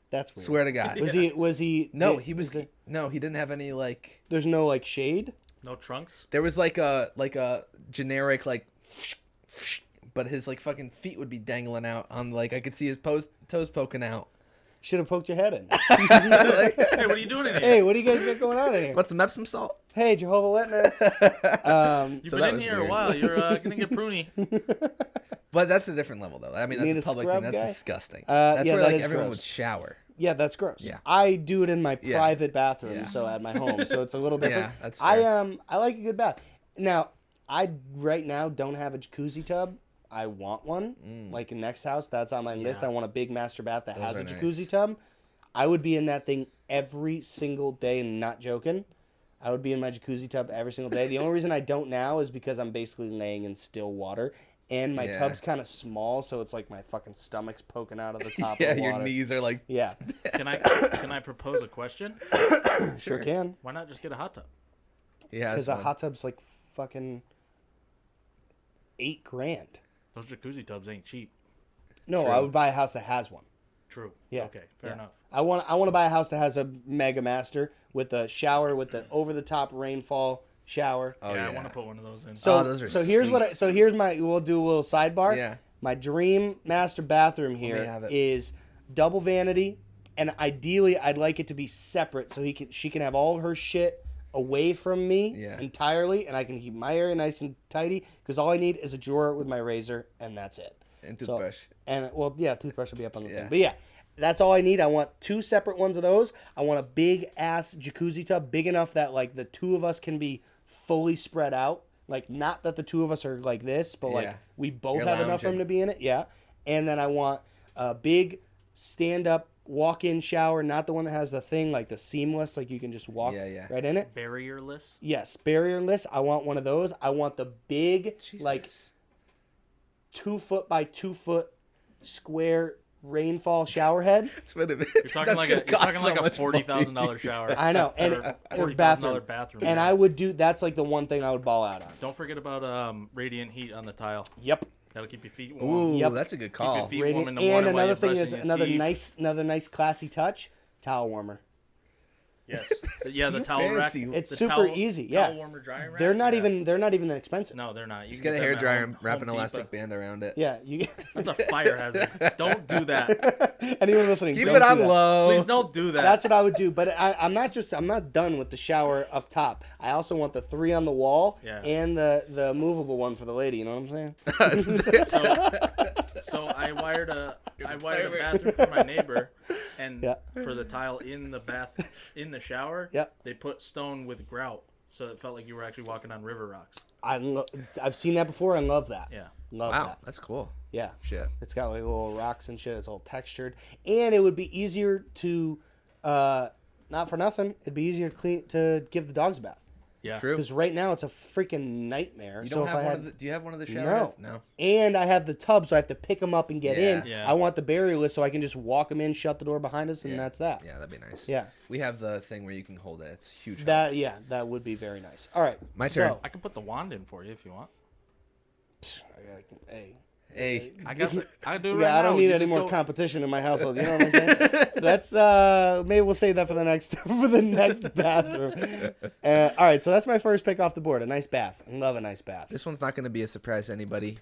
That's weird. Swear to God. Was he? Was he? no, did- he was there- no, he didn't have any like There's no like shade. No trunks. [laughs] There was like a like a generic like, but his like fucking feet would be dangling out on like I could see his pos- toes poking out. [laughs] Should have poked your head in. Hey, what are you doing in here? hey, what do you guys got going on in here? Want some Epsom salt? Hey, Jehovah Witness. um, You've so that was been in here weird. [laughs] a while. You're uh, gonna get pruny. But that's a different level, though. I mean, mean that's a a public scrub thing. That's guy? disgusting. Uh, that's yeah, where that like is everyone gross. would shower. Yeah, that's gross. Yeah. I do it in my Yeah. private bathroom, Yeah. so at my home, so it's a little different. [laughs] Yeah, that's I fair. um I like a good bath. Now, I right now don't have a jacuzzi tub. I want one. Like in next house, that's on my list. I want a big master bath that has Mm. are a jacuzzi nice. tub. I would be in that thing every single day and not joking. I would be in my jacuzzi tub every single day. The only reason I don't now is because I'm basically laying in still water and my Yeah. tub's kind of small, so it's like my fucking stomach's poking out [laughs] of the top yeah, of the water. your knees are like. Yeah, Can I can I propose a question? sure can. Why not just get a hot tub? Yeah, Because that's a fun. hot tub's like fucking eight grand. Those jacuzzi tubs ain't cheap. No, I would buy a house that has one. True. Yeah. Okay. Fair Yeah. enough. I want I want to buy a house that has a mega master with a shower with the over the top rainfall shower. Oh yeah, yeah. I want to put one of those in. So Oh, those are so here's what I, so here's my we'll do a little sidebar. Yeah. My dream master bathroom have here it. is double vanity and ideally I'd like it to be separate so he can she can have all her shit away from me Yeah. entirely and I can keep my area nice and tidy cuz all I need is a drawer with my razor and that's it. And So- toothbrush. and well yeah, toothbrush will be up on the Yeah. thing. But yeah, that's all I need. I want two separate ones of those. I want a big ass jacuzzi tub, big enough that like the two of us can be fully spread out. Like not that the two of us are like this, but like Yeah. we both You're have enough room lounging. to be in it. Yeah. And then I want a big stand up walk in shower, not the one that has the thing like the seamless, like you can just walk Yeah, yeah. right in it. Barrierless. Yes, barrierless. I want one of those. I want the big like Jesus. two foot by two foot square rainfall shower head. It's been a bit. [laughs] You're talking like a you're talking like a forty thousand dollar shower. [laughs] I know, and Or or $40,000 bathroom. bathroom. And I would do. That's like the one thing I would ball out on. Don't forget about um, radiant heat on the tile. Yep. That'll keep your feet warm. Ooh, Yep. that's a good Keep your call. feet warm Radiant. in the morning And while another you're thing brushing is your another teeth. nice, another nice classy touch. Towel warmer. Yes. [laughs] Yeah, the towel rack. fancy. It's the super towel- easy, Towel yeah. warmer, dryer rack. They're not Yeah. even. They're not even that expensive. No, they're not. You Just can get a them hair at dryer Home- and wrap an Home Depot. elastic band around it. Yeah. You. That's a [laughs] fire hazard. Don't do that. [laughs] anyone listening? Keep don't it do on that. low. Please don't do that. That's [laughs] what I would do, but I, I'm not just I'm not done with the shower up top. I also want the three on the wall Yeah. and the the movable one for the lady. You know what I'm saying? [laughs] so, so I wired a I wired a pirate. bathroom for [laughs] my neighbor, and Yeah. for the tile in the bath in the shower, Yep. they put stone with grout, so it felt like you were actually walking on river rocks. I lo- I've seen that before. I love that. Yeah. Love Wow, that. that's cool. Yeah. Shit. It's got like little rocks and shit. It's all textured, and it would be easier to, uh, not for nothing. It'd be easier to clean to give the dogs a bath Yeah, True. because right now it's a freaking nightmare. You so don't if have I one had of the, do you have one of the shower no. heads? No. and I have the tub, so I have to pick them up and get in. Yeah. Yeah. I want the barrierless, so I can just walk them in, shut the door behind us, and that's that. Yeah, that'd be nice. Yeah. We have the thing where you can hold it. It's huge. That yeah, that would be very nice. All right, My turn. so- I can put the wand in for you if you want. I gotta- hey. hey, I got the, [laughs] I do it Yeah, right I don't now. need You any just more go- competition in my household. You know what I'm [laughs] saying? that's uh, maybe we'll save that for the next [laughs] for the next bathroom. Uh, all right, so that's my first pick off the board. A nice bath. I love a nice bath. this one's not going to be a surprise to anybody.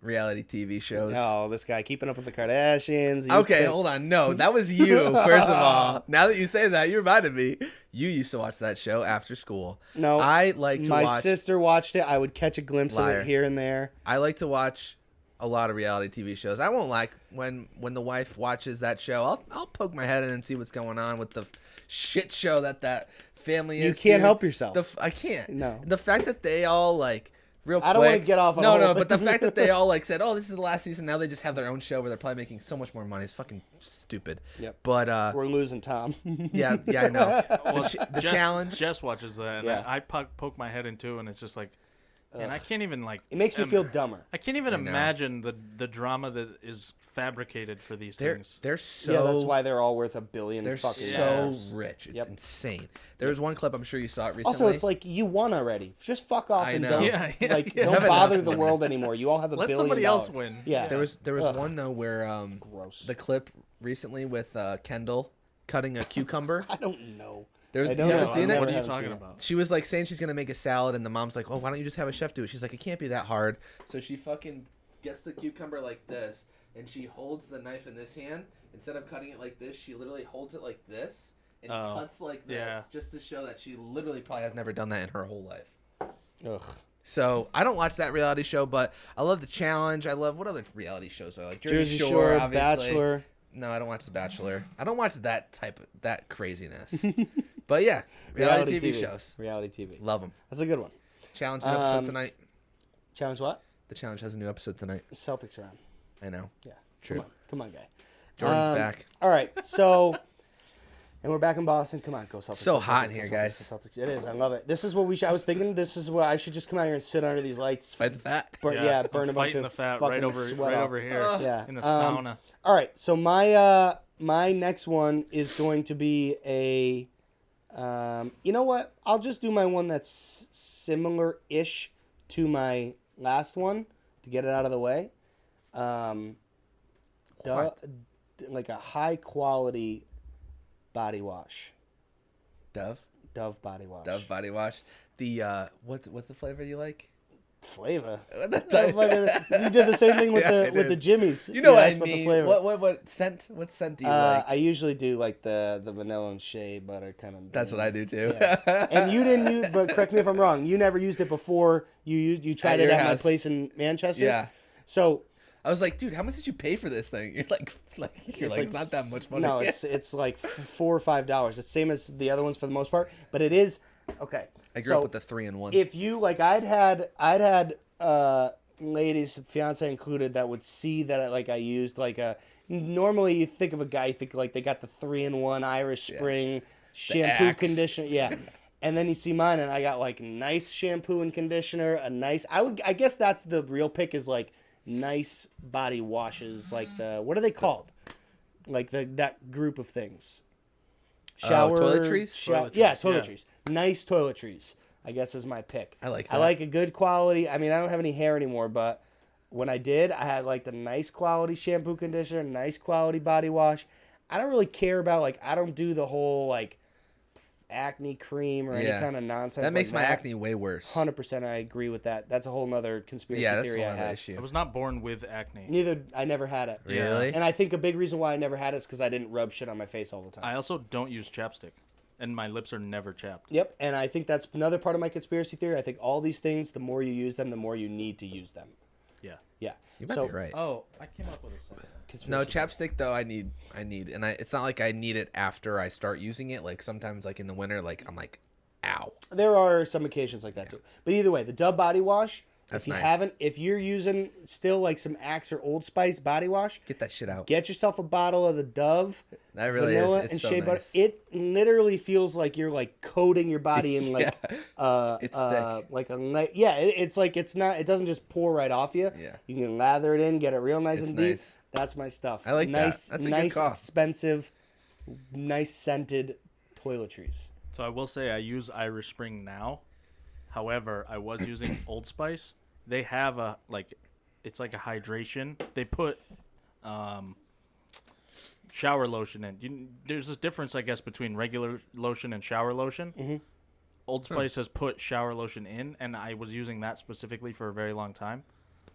Reality TV shows. Oh, this guy keeping up with the Kardashians. you Okay, pick- hold on. No, that was you. [laughs] First of all, now that you say that, you reminded me. You used to watch that show after school. No, I like to my watch. sister watched it. I would catch a glimpse of Liar. it here and there. I like to watch a lot of reality TV shows. I won't like when when the wife watches that show. I'll I'll poke my head in and see what's going on with the shit show that that family You is. can't dude. help yourself. The f- I can't. No. The fact that they all like real. I don't wanna quick- get off on No, a no. whole But the thing. fact that [laughs] they all like said, "Oh, this is the last season." Now they just have their own show where they're probably making so much more money. It's fucking stupid. Yep. But uh, We're losing Tom. [laughs] yeah, yeah, I know. Well, the ch- [laughs] the Jess- challenge. Jess watches that, and Yeah. I, I poke, poke my head into, and it's just like, and I can't even like. it makes me im- feel dumber. I can't even know. imagine the the drama that is fabricated for these They're things. they're so yeah, that's why they're all worth a 1000000000 they're fucking so dollars. rich. It's Yep. insane. There was one clip I'm sure you saw it recently. Also, it's like you won already. Just fuck off I and know. don't Yeah, yeah, like yeah. don't Have bother enough the world anymore. You all have a Let billion. somebody else dollar- win. Yeah, There was there was Ugh. one though where um Gross. the clip recently with uh, Kendall cutting a cucumber. I don't know. There's- I don't you know. haven't I seen it? never What are you haven't seen talking it. about? She was like saying she's gonna make a salad, and the mom's like, "Oh, why don't you just have a chef do it?" She's like, "It can't be that hard." So she fucking gets the cucumber like this, and she holds the knife in this hand instead of cutting it like this. She literally holds it like this and Oh, cuts like this, yeah. just to show that she literally probably has never done that in her whole life. Ugh. So I don't watch that reality show, but I love the challenge. I love what other reality shows do I like Jersey Shore, obviously. Bachelor. No, I don't watch The Bachelor. I don't watch that type of that [laughs] craziness. but yeah, reality, Reality, TV, shows, Reality TV. love them. That's a good one. Challenge has an episode Um, tonight. Challenge what? The challenge has a new episode tonight. Celtics are on. I know. Yeah. True. Come on, come on guy. Jordan's Um, back. All right, so, [laughs] and we're back in Boston. Come on, go Celtics. So go hot Celtics, in here, go Celtics, guys. go Celtics. It is. I love it. This is what we should. I was thinking. This is what I should just come out here and sit under these lights. By the fat. Burn, yeah, I'm burn a bunch fighting of the fat fucking right over sweat right off. over here Yeah. in the Um, sauna. All right, so my uh, my next one is going to be a, um, you know what? I'll just do my one that's similar ish to my last one to get it out of the way. Um, du- What? d- like a high quality body wash, Dove. Dove body wash. Dove body wash. The uh, what what's the flavor you like? [laughs] flavor. What the- Dove body- you did the same thing [laughs] with Yeah, I the with the did. jimmies. You know what I asked about the mean. flavor. What what what scent? What scent do you Uh, like? I usually do like the the vanilla and shea butter kind of. That's what I do too. Yeah. and [laughs] you didn't use, but correct me if I'm wrong. You never used it before. You used, you tried At it your at my house. place in Manchester. Yeah. So I was like, dude, how much did you pay for this thing? [laughs] You're like, like you're like, it's like, it's not that much money. No, it's it's like f- four or five dollars. It's same as the other ones for the most part, but it is okay. I grew so up with the three in one. if you like, I'd had I'd had uh ladies, fiance included, that would see that I, like I used like a. Normally, you think of a guy, you think like they got the three in one Irish Spring shampoo Axe. [laughs] conditioner, yeah. And then you see mine, and I got like nice shampoo and conditioner, a nice. I would, I guess that's the real pick is like nice body washes, like the what are they called? Like the that group of things. Shower Oh, toiletries? shou- Toiletries, yeah, yeah. toiletries. Nice toiletries. I guess is my pick. I like I that. like a good quality. I mean, I don't have any hair anymore, but when I did, I had like the nice quality shampoo conditioner, nice quality body wash. I don't really care about like I don't do the whole like acne cream or Yeah. any kind of nonsense. that makes my like acne way worse. Hundred percent, I agree with that. That's a whole nother conspiracy yeah, that's theory the I one have. I issue. was not born with acne. Neither, I never had it. Yeah. Really? And I think a big reason why I never had it is because I didn't rub shit on my face all the time. I also don't use chapstick, and my lips are never chapped. Yep, and I think that's another part of my conspiracy theory. I think all these things, the more you use them, the more you need to use them. Yeah. Yeah. You might so, be right. Oh, I came up with a second. conspiracy No, theory. chapstick though I need I need and I it's not like I need it after I start using it. Like sometimes like in the winter, like I'm like, ow. There are some occasions like that too. But either way, the Dove body wash. That's if you nice. haven't, if you're using still like some Axe or Old Spice body wash, Get that shit out. get yourself a bottle of the Dove. That really is. vanilla It's and so shea butter. nice. It literally feels like you're like coating your body in like [laughs] Yeah. uh, It's uh thick. like a li- yeah. It, it's like it's not. It doesn't just pour right off you. Yeah. You can lather it in, get it real nice It's and deep. nice. That's my stuff. I like that. nice, That's a good nice, call. expensive, nice scented toiletries. So I will say I use Irish Spring now. However, I was using Old Spice. They have a like, it's like a hydration. They put um, shower lotion in. You, there's a difference, I guess, between regular lotion and shower lotion. Old Spice has put shower lotion in, and I was using that specifically for a very long time.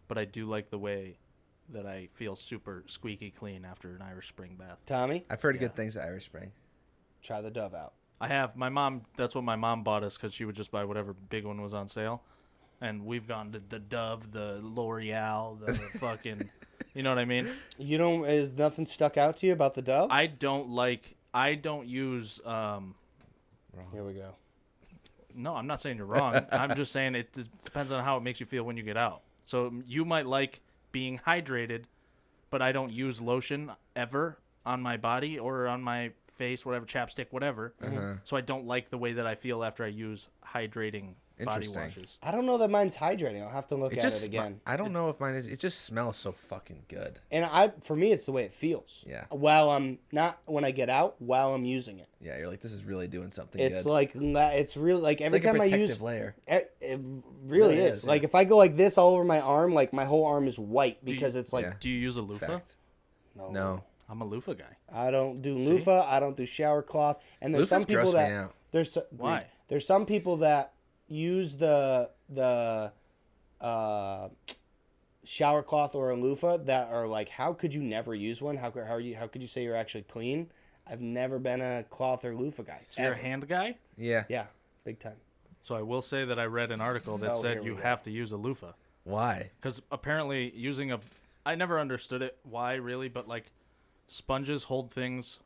But I do like the way that I feel super squeaky clean after an Irish Spring bath. Tommy, I've heard good things at Irish Spring. try the Dove out. I have my mom. That's what my mom bought us because she would just buy whatever big one was on sale, and we've gone to the Dove, the L'Oreal, the fucking, you know what I mean. You don't is nothing stuck out to you about the Dove? I don't like. I don't use. Um, Here we go. no, I'm not saying you're wrong. I'm just saying it d- depends on how it makes you feel when you get out. So you might like being hydrated, but I don't use lotion ever on my body or on my face, whatever chapstick, whatever. So I don't like the way that I feel after I use hydrating body Interesting. washes. I don't know that mine's hydrating. I'll have to look It at just it sm- again. I don't know if mine is it just smells so fucking good. And I, for me, it's the way it feels. Yeah. While I'm not when I get out, while I'm using it, Yeah, you're like, this is really doing something it's good. like la- it's really like every it's like a time I protective use, layer. it, E, it Really really, is. is, Like yeah. if I go like this all over my arm, like my whole arm is white because it's like yeah. Do you use a loofah? Fact. no, No. I'm a loofah guy. I don't do loofah. I don't do shower cloth. And there's Loofahs some people gross me that out. there's so- Why? there's some people that use the the uh, shower cloth or a loofah that are like, how could you never use one? How could how are you how could you say you're actually clean? I've never been a cloth or loofah guy. So you're a ever. hand guy? Yeah. yeah, big time. So I will say that I read an article that Oh, here said we you go. have to use a loofah Why? because apparently using a I never understood it why really, but like sponges hold things,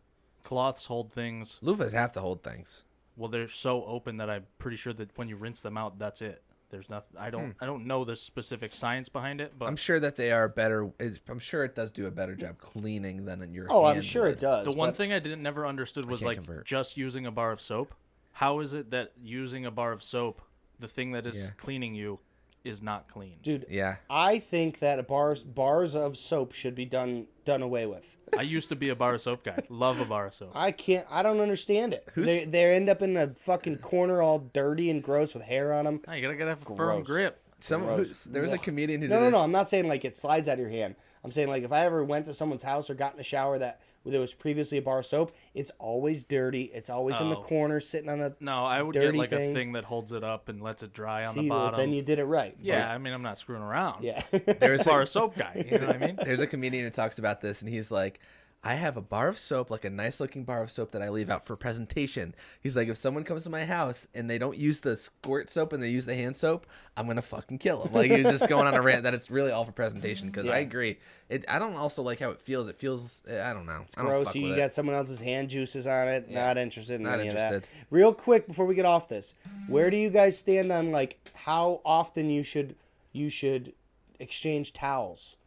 cloths hold things. Loofahs have to hold things. Well, they're so open that I'm pretty sure that when you rinse them out, that's it. There's nothing. I don't. I don't know the specific science behind it, but I'm sure that they are better. it's- I'm sure it does do a better job cleaning than in your. Oh, I'm hand sure would. it does. the one but thing I didn't never understood was can't like convert. just using a bar of soap. How is it that using a bar of soap, the thing that is Yeah. cleaning you, is not clean? dude, Yeah. I think that bars bars of soap should be done done away with. [laughs] I used to be a bar of soap guy. Love a bar of soap. I can't. I don't understand it. Who's- They they end up in a fucking corner, all dirty and gross with hair on them. No, you gotta gotta have a firm Gross. grip. Some who, Gross. there was a Ugh. comedian who No, did no, this. no. I'm not saying like it slides out of your hand. I'm saying like if I ever went to someone's house or got in a shower that there was previously a bar of soap, it's always dirty. It's always in the Oh. corner, sitting on the. No, I would get Dirty like thing. a thing that holds it up and lets it dry on See, the well, bottom. then you did it right. yeah, I mean I'm not screwing around. Yeah. There was a- Bar of soap guy. You know what [laughs] I mean? [laughs] There's a comedian who talks about this, and he's like, I have a bar of soap, like a nice looking bar of soap that I leave out for presentation. He's like, if someone comes to my house and they don't use the squirt soap and they use the hand soap, I'm gonna fucking kill them. Like he was just going on a rant that it's really all for presentation. Because I Yeah. agree, it. I don't also like how it feels. It feels, eh, I don't know. I don't Gross. fuck You with got someone else's hand juices on it. Not interested in Not any of that. interested. Real quick before we get off this, where do you guys stand on like how often you should you should exchange towels?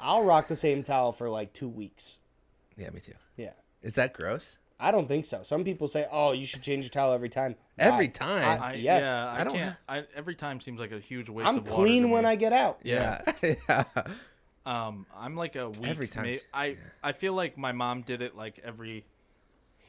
I'll rock the same towel for like two weeks. it. Yeah, me too. Yeah. Is that gross? I don't think so. Some people say, "Oh, you should change your towel every time." Every Why? time? I- I, yes. Yeah, I, I don't- can't. I, every time seems like a huge waste I'm of water. clean to when me. I get out. Yeah. [laughs] yeah. Um, I'm like a week. Every time may- s- I I feel like my mom did it like every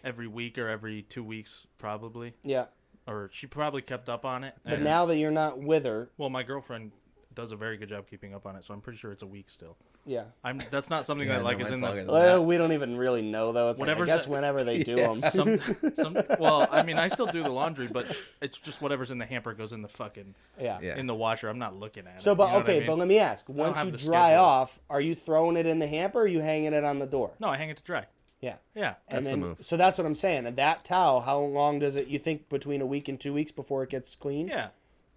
every week or every two weeks probably, Yeah. or she probably kept up on it. But And- now that you're not with her, well, my girlfriend does a very good job keeping up on it, so I'm pretty sure it's a week still. yeah. I'm that's not something Yeah, that like no, is mine's in longer the than Well, that. we don't even really know though. It's like, I Whatever's guess that- whenever [laughs] they do them. some [laughs] some. Well, I mean, I still do the laundry, but it's just whatever's in the hamper goes in the fucking [laughs] Yeah. Yeah. in the washer. I'm not looking at it. So, you but know what I okay, mean? but let me ask: once have you the dry schedule. off, are you throwing it in the hamper? or Are you hanging it on the door? no, I hang it to dry. Yeah. Yeah, and That's the then, move. So that's what I'm saying. And that towel, how long does it? You think between a week and two weeks before it gets clean? yeah.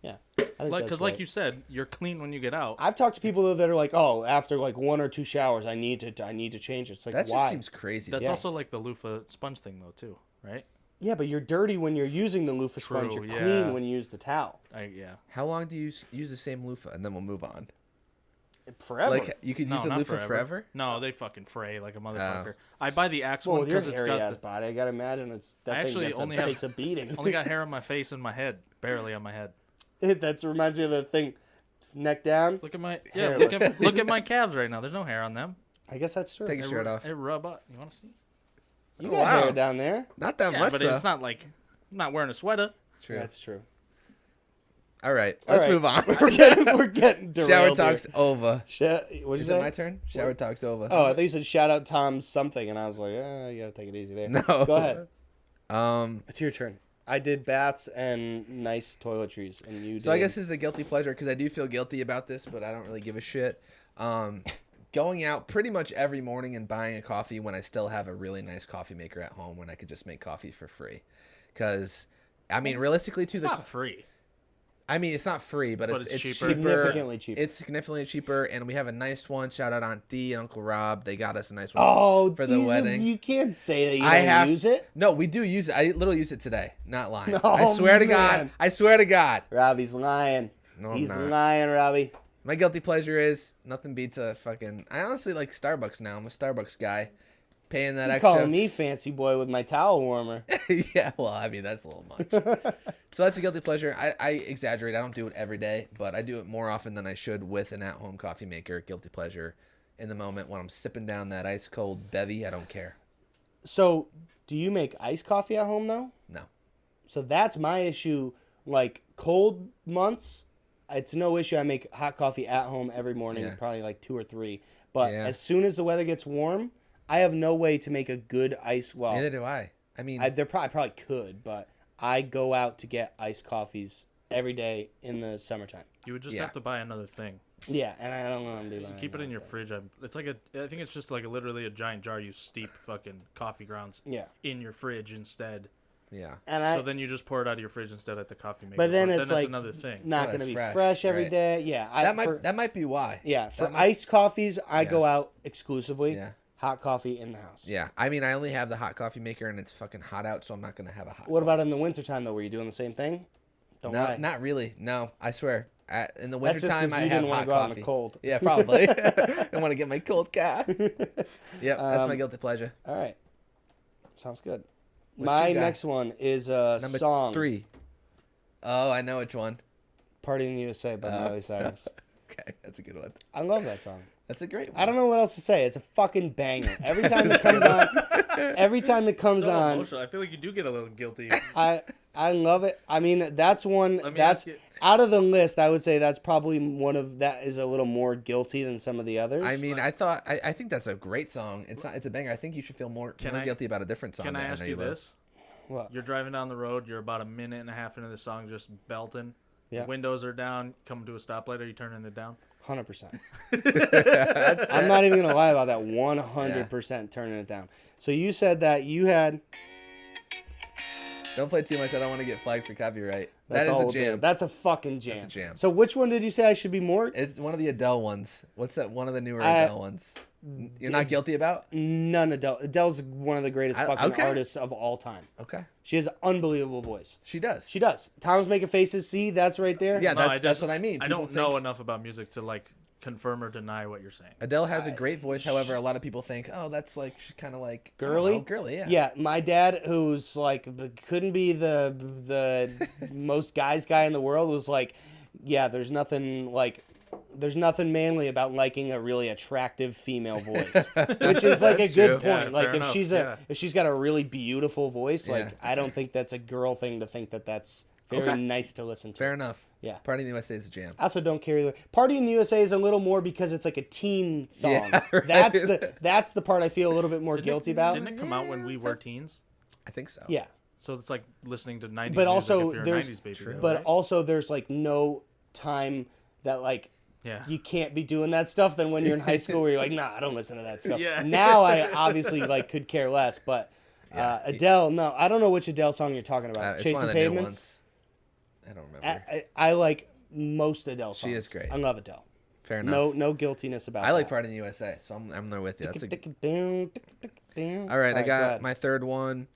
Yeah. I think Like that's because, like right. you said, you're clean when you get out. I've talked to people though that are like, oh, after like one or two showers, I need to, I need to change. it." It's like That why? just seems crazy. That's yeah. also like the loofah sponge thing, though, too, right? Yeah, but you're dirty when you're using the loofah sponge. You're True, yeah. clean when you use the towel. I, yeah. How long do you s- use the same loofah, and then we'll move on? Forever. Like you could No, use a not loofah forever. forever. Oh. No, they fucking fray like a motherfucker. I buy the axe well, one with your because it's hairy got ass the, body, I gotta imagine it's that I thing actually gets only a, have- takes a beating. only got hair on my face and my head, barely on my head. [laughs] that reminds me of the thing, neck down. Look at my yeah. Look Hairless. at, look at my calves right now. There's no hair on them. I guess that's true. Take They your shirt ru- off. They rub up. You want to see? You Oh, got wow. hair down there. Not that Yeah, much but though. it's not like I'm not wearing a sweater. True. That's true. All right, All let's right. move [laughs] we're on. getting [laughs] we're getting Shower derailed. talks here. over. Sha- what'd you Is say? it my turn? Shower talk's over. Oh, I think you said shout out Tom something, and I was like, eh, you gotta take it easy [laughs] there. No. Go ahead. Um. It's your turn. I did bats and nice toiletries, and you. So I did- guess this is a guilty pleasure because I do feel guilty about this, but I don't really give a shit. [laughs] Um, going out pretty much every morning and buying a coffee when I still have a really nice coffee maker at home when I could just make coffee for free. Because I mean, realistically, to It's the not free. I mean, it's not free, but, it's, it's, cheaper. Significantly cheaper. It's significantly cheaper, and we have a nice one. Shout out Aunt D and Uncle Rob. They got us a nice one Oh, for the these are- wedding. you can't say that you I don't have use it. No, we do use it. I literally used it today. Not [laughs] lying. No, I swear to God. Oh, man. I swear to God. Robbie's lying. No, I'm He's not. lying, Robbie. My guilty pleasure is nothing beats a fucking. I honestly like Starbucks now. I'm a Starbucks guy. Paying that You extra. calling me fancy boy with my towel warmer? [laughs] yeah, well, I mean that's a little [laughs] much. so that's a guilty pleasure. I, I exaggerate. I don't do it every day, but I do it more often than I should with an at-home coffee maker. Guilty pleasure, in the moment when I'm sipping down that ice cold bevy. I don't care. So, do you make iced coffee at home though? No. So that's my issue. Like cold months, it's no issue. I make hot coffee at home every morning, Yeah. probably like two or three. But Yeah. as soon as the weather gets warm, I have no way to make a good ice. Neither Well, do I. I mean, Oh. I, there probably, probably could, but I go out to get iced coffees every day in the summertime. You would just Yeah. have to buy another thing. Yeah, and I don't know what I'm doing. Keep it in your fridge. I'm, it's like a. I think it's just like a, literally a giant jar. You steep fucking coffee grounds Yeah. in your fridge instead, Yeah. and I so then you just pour it out of your fridge instead at the coffee maker. But then it's that's like another thing. not not going to as be fresh, fresh, every right. day. Yeah, I, That might for, that might be why. yeah for that might- iced coffees, I go out exclusively Yeah. hot coffee in the house. Yeah. I mean, I only have the hot coffee maker, and it's fucking hot out, so I'm not gonna have a hot. What about in the wintertime though? Were you doing the same thing? Don't No, lie. not really. No, I swear. I, in the That's just wintertime, 'cause I you have didn't wanna hot go out in the coffee. cold. [laughs] Yeah, probably. I want to get my cold [laughs] coffee. Yep, that's my Um, guilty pleasure. [laughs] All right, sounds good. What My you got? next one is a Number song. three. Oh, I know which one. "Party in the USA" by Oh. [laughs] Miley Cyrus. Okay, that's a good one. I love that song. That's a great one. I don't know what else to say. It's a fucking banger. Every time [laughs] it comes on, [laughs] every time it comes so on, emotional. I feel like you do get a [laughs] little guilty. I I love it. I mean, that's one. Let me That's ask you- out of the list. I would say that's probably one of that is a little more guilty than some of the others. I mean, I thought I, I think that's a great song. It's not. It's a banger. I think you should feel more, Can more I- guilty about a different song. Can I that ask know you love. [laughs] this? What? You're driving down the road. You're about a minute and a half into the song, just belting. Yeah. Windows are down. Coming to a stoplight. Are you turning it down? Hundred percent. I'm not even gonna lie about that. One hundred percent turning it down. So you said that you had. Don't play too much. I don't want to get flagged for copyright. That's That is all a we'll do. jam. That's a fucking jam. a jam. So which one did you say I should be more? It's one of the Adele ones. What's that? One of the newer I- Adele ones. N- You're not guilty about? None Adele. Adele's one of the greatest I- fucking okay. artists of all time. Okay, She has an unbelievable voice. she does. She does. Tom's making faces. See, that's right there. yeah, No, that's, I that's just- what I mean. I People don't think- know enough about music to like confirm or deny what you're saying. Adele has a great voice. However, a lot of people think, oh, that's like she's kind of like I don't Girly? know, girly, yeah. Yeah, my dad, who's like b- couldn't be the [laughs] the most guys guy in the world, was like, yeah, there's nothing like, there's nothing manly about liking a really attractive female [laughs] voice, which is like a That's good true. point. Yeah, like fair if enough, she's a yeah. if she's got a really beautiful voice, like Yeah. I don't think that's a girl thing to think that that's very Okay. nice to listen to. Fair enough. Yeah. Party in the USA is a jam. I also don't carry the Party in the USA is a little more because it's like a teen song. Yeah, [laughs] right. That's the that's the part I feel a little bit more Didn't it- guilty about. Didn't it come out when we were teens? I think so. yeah. So it's like listening to 90s. But music also if you're a there's- 90s baby, though, but right? also there's like no time that like yeah, you can't be doing that stuff than when you're in high school where you're like nah i don't listen to that stuff Yeah. [laughs] now i obviously like could care less but uh, adele no i don't know which adele song you're talking Uh, about it's one chasing of the new pavements ones. I don't remember. I, I, I like most adele songs is great. i love adele Fair enough. no Uh, no guiltiness about I like that. Party in the USA, so I'm, I'm there with you. That's a, All right, all right, I got ahead. my third one.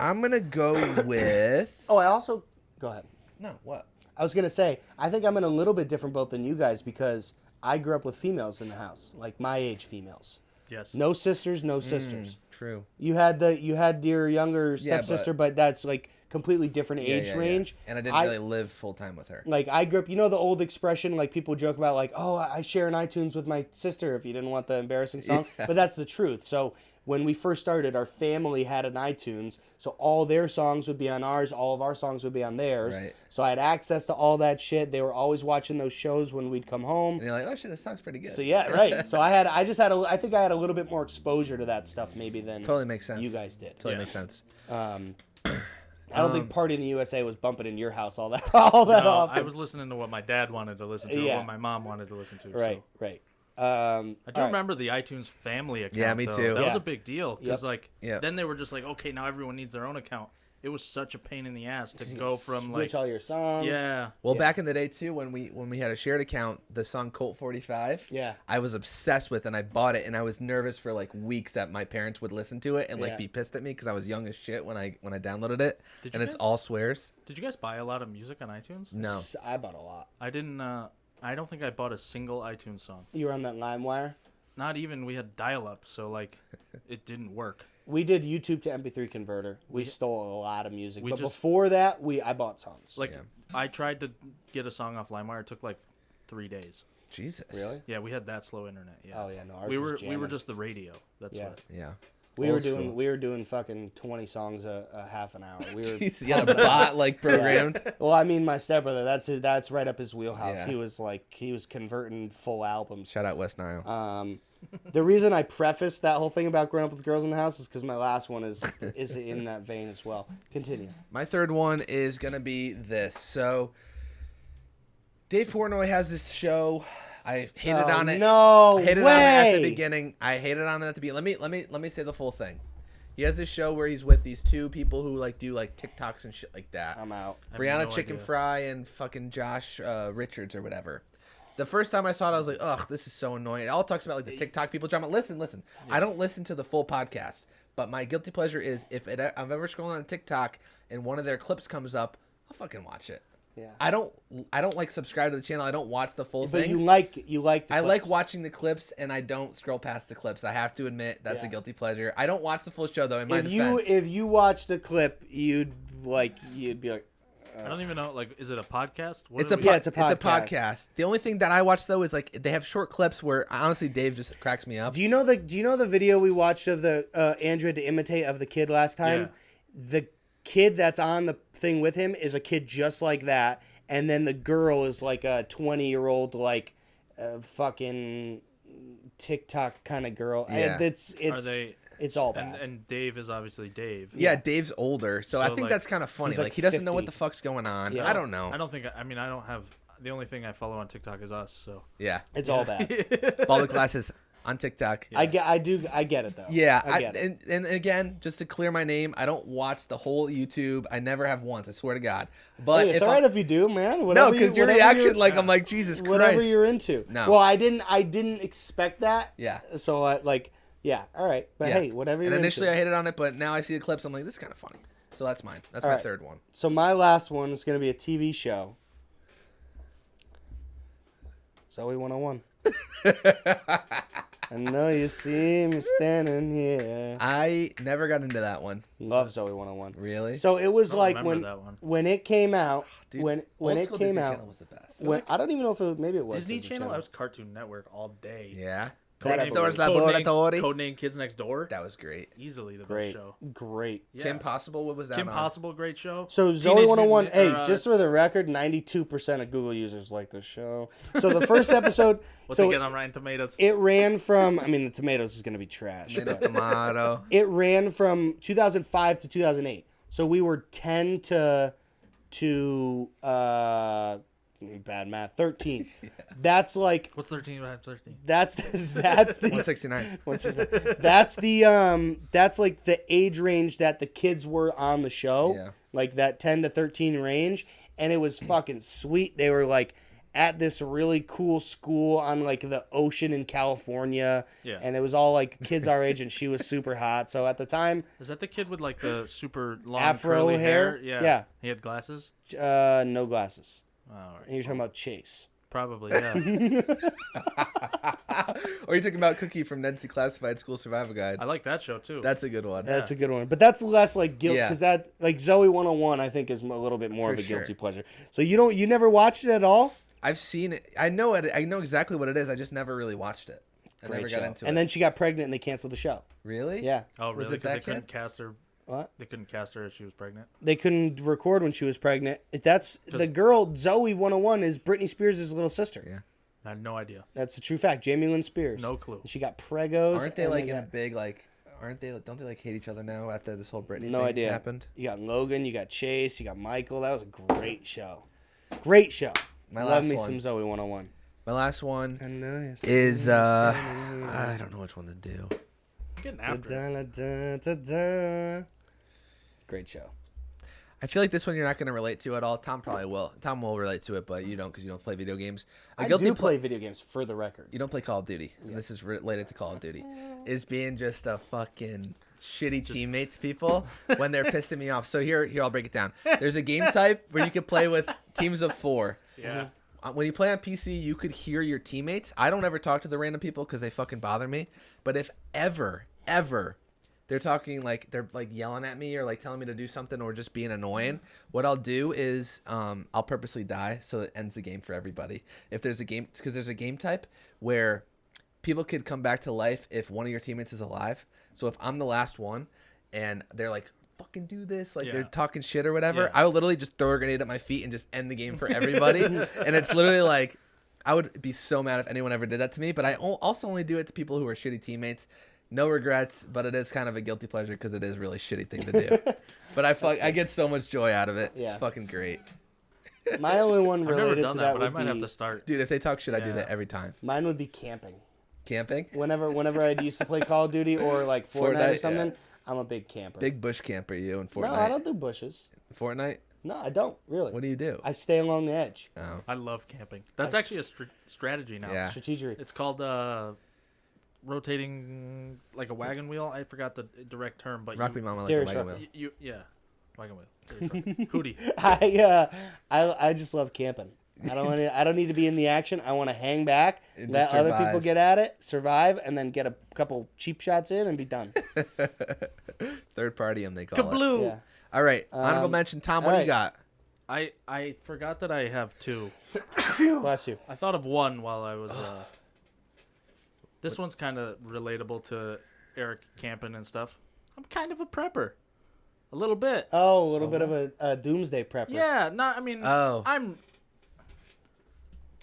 I'm gonna [coughs] go with Oh, I also go ahead. no what? I was gonna say, I think I'm in a little bit different boat than you guys because I grew up with females in the house, like my age females. yes. No sisters, Hmm. no sisters. True. You had the you had your younger Yeah, but- stepsister, but, that's like completely different Yeah, age yeah, yeah. range. And I didn't really live full time with her. like I grew up. You know the old expression, like people joke about, like, "Oh, I I share an iTunes with my sister." If you didn't want the [laughs] embarrassing song, Yeah. but that's the truth. So when we first started, our family had an iTunes, so all their songs would be on ours, all of our songs would be on theirs. Right. So I had access to all that shit. They were always watching those shows when we'd come home. And you're like, oh shit, this song's pretty good. So yeah, [laughs] right. So I had, I just had, a, I think I had a little bit more exposure to that stuff maybe than Totally makes sense. you guys did. Totally Yeah. makes sense. [clears throat] Um, I don't Um, think Party in the USA was bumping in your house all that, [laughs] all that No, often. I was listening to what my dad wanted to listen to, or Yeah. what my mom wanted to listen to. right, So. right. Um, I all do right. remember the iTunes family account. Yeah, me though. too. That was Yeah. a big deal because, Yep. like, Yeah. then they were just like, okay, now everyone needs their own account. It was such a pain in the ass to go from like, switch all your songs. yeah, Well, Yeah. back in the day too, when we when we had a shared account, the song Colt 45, Yeah. I was obsessed with, and I bought it, and I was nervous for like weeks that my parents would listen to it and like Yeah. be pissed at me because I was young as shit when I when I downloaded it, Did you and it's guys- all swears. Did you guys buy a lot of music on iTunes? No, S- I bought a lot. I didn't. Uh, I don't think I bought a single iTunes song. You were on that LimeWire. Not even we had dial-up, so like, it didn't work. We did YouTube to MP3 converter. We stole a lot of music, We but just- before that, we I bought songs. Like, Yeah. I tried to get a song off LimeWire. It took like three days. Jesus. Really? Yeah, we had that slow internet. Yeah. Oh, yeah, no, ours we was were we were jamming. just the radio. That's Yeah. what. Yeah. [laughs] we Old were doing school. we were doing fucking twenty songs a, a half an hour. [laughs] We were Jeez, you [laughs] had a bot like programmed. Well, I mean, my stepbrother, that's his, that's right up his wheelhouse. Yeah. He was like, he was converting full albums. Shout out West Nile. Um, the reason I prefaced that whole thing about growing up with girls in the house is because my last one is is in that vein as well. Continue. My third one is gonna be this. So Dave Portnoy has this show. I hated Oh, on it. No I hated way. on it at the beginning. I hated on it at the beginning. Let me let me let me say the full thing. He has this show where he's with these two people who like do like TikToks and shit like that. I'm out. I have Brianna no Chicken idea. Fry and fucking Josh uh, Richards or whatever. The first time I saw it, I was like, "Ugh, this is so annoying." It all talks about like the TikTok people drama. Listen, listen. I don't listen to the full podcast, but my guilty pleasure is if it, I'm ever scrolling on TikTok and one of their clips comes up, I'll fucking watch it. Yeah. I don't. I don't like subscribe to the channel. I don't watch the full But thing. you like you like. The I like clips. watching the clips, and I don't scroll past the clips. I have to admit that's a Yeah. guilty pleasure. I don't watch the full show though. In my If you defense, if you watched the clip, you'd like you'd be like, I don't even know. Like, is it a podcast? What It's do a, we- po- Yeah, it's it's a a podcast. podcast. The only thing that I watch though is like they have short clips where honestly Dave just cracks me up. Do you know the Do you know the video we watched of the uh, Andrea to imitate of the kid last time? Yeah. The kid that's on the thing with him is a kid just like that, and then the girl is like a twenty year old like uh, fucking TikTok kind of girl. Yeah. And it's Are it's they? it's all bad. And, and Dave is obviously Dave. yeah, Dave's older, so, I So, think like, that's kind of funny. he's, Like, like, he doesn't know what 50. the fuck's going on. Yeah. I don't know. I don't think. I mean, I don't have. The only thing I follow on TikTok is us. [laughs] So. [laughs] yeah, it's all [laughs] bad. all the classes on TikTok. Yeah, I get I do I get it though. I I get it. and, and again, just to clear my name, I don't watch the whole YouTube. I never have once. I swear to God. But Hey, it's uh, if all I'm- right if you do, man. no, Whatever you- because your whatever reaction, you're- like I'm like Jesus whatever Christ. you're into. No. Well, I didn't. I didn't expect that. Yeah. So I like. Yeah. All right. But Yeah. hey, whatever you're And initially into. I hated on it, but now I see the clips. I'm like, this is kind of funny. So that's mine. That's my Alright. third one. so my last one is going to be a TV show. [laughs] Zoe 101. I know you see me standing here. I never got into that one. Love Zoe 101. Really? Oh, So it was don't like remember when that one. when it came out. Dude, when when old it school came Disney out. Channel was the best. When, I don't even know if it, maybe it was Disney Channel. I was Cartoon Network all day. yeah. That Next I door's believe. Codename- laboratory. Codename Kids Next Door. that was great. Easily the Great, best show. great. Yeah. Kim Possible, what was that? Kim on? Possible, great show. So Teenage Zoe 101, Mutant- hey, or, uh, just for the record, 92% of Google users like this show. So the first episode, [laughs] what's so it it, get on Rotten Tomatoes? ran from, I mean, the tomatoes is going to be trash. Tomato, But [laughs] tomato. it ran from 2005 to 2008. So we were 10 to, to uh, bad math, [laughs] 13. That's like, What's thirteen times thirteen? that's, [laughs] the, that's the, 169. [laughs] What's his name? That's the um that's like the age range that the kids were on the show. Yeah. Like that 10 to 13 range and it was fucking sweet. They were like at this really cool school on like the ocean in California. Yeah. And it was all like kids our age and she was super hot. So at the time, Is that the kid with like the super long Afro curly hair? hair? Yeah. Yeah. He had glasses. uh no glasses. Oh, all And [laughs] right. you're talking about Chase. Probably. Yeah. [laughs] or you took about Cookie from Nancy Classified School Survival Guide. I like that show too. That's a good one. That's a good one. But that's less like guilt Yeah. because that like Zoe 101 I think is a little bit more For of a sure. guilty pleasure. So you don't you never watched it at all? I've seen it. I know it. I know exactly what it is. I just never really watched it. I never Great got show. into And it. then she got pregnant and they canceled the show. really? Yeah. oh, Was really? it Because they that couldn't kid? cast her. What? They couldn't cast her if she was pregnant. They couldn't record when she was pregnant. That's the 'Cause- girl Zoe 101 is Britney Spears' little sister. Yeah. I had no idea. That's a true fact. Jamie Lynn Spears. No clue. She got pregos. Aren't they and like in a got- big like? Aren't they? Don't they like hate each other now after this whole Britney no thing idea. happened? You got Logan. You got Chase. You got Michael. That was a great show. Great show. My Love last me one. some Zoe 101. My last one I know you're so is uh, I don't know which one to do. Getting after. it. Da-da-da-da-da. Great show. I feel like this one you're not going to relate to at all. Tom probably will. Tom will relate to it, but you don't because you don't play video games. A I guilty do ple- play video games for the record. You don't play Call of Duty. and This is related to Call of Duty. Is being just a fucking shitty teammate to [laughs] people when they're pissing me off. So here, here I'll break it down. There's a game type where you can play with teams of four. Yeah. Uh, When you play on PC, you could hear your teammates. I don't ever talk to the random people because they fucking bother me. But if ever, ever they're talking like they're like yelling at me or like telling me to do something or just being annoying, what I'll do is um, I'll purposely die so it ends the game for everybody. If there's a game, because there's a game type where people could come back to life if one of your teammates is alive. So if I'm the last one and they're like, fucking do this, like they're Yeah. talking shit or whatever, Yeah. I would literally just throw a grenade at my feet and just end the game [laughs] for everybody. and it's literally like, I would be so mad if anyone ever did that to me, but I al- also only do it to people who are shitty teammates. No regrets, but it is kind of a guilty pleasure because it is a really shitty thing to [laughs] do. but I fuck, I get so much joy out of it. It's Yeah. fucking great, My only one I've never related done to that, that, but would I might be have to start. dude. If they talk shit, I do Yeah. that every time. mine would be camping. Camping. [laughs] whenever whenever I used to play Call of Duty or like Fortnite, Fortnite, or something, I'm a big camper. Big bush camper, you in Fortnite? no, I don't do bushes. Fortnite? No, I don't really. What do you do? I stay along the edge. oh, I love camping. That's I s- actually a str- strategy now. Yeah. Strategic. It's called uh, rotating like a wagon wheel. I forgot the direct term, but rock me, you, mama, like a Darius wagon Rucker. wheel. you, you yeah, wagon wheel. [laughs] Hootie. I uh, I I just love camping. I don't want to, I don't need to be in the action. I want to hang back, [laughs] And let just other people survive. get at it, survive, and then get a couple cheap shots in and be [laughs] done. Third party, them they call it. Kabloo. Yeah. All right, honorable Um, mention. Tom, all what do you right. got? I I forgot that I have two. Bless you. I thought of one while I was. Uh, this one's kind of relatable to Eric camping and stuff. I'm kind of a prepper, a little bit. Oh, a little bit of a, a doomsday prepper. yeah, not. I mean, Oh. I'm.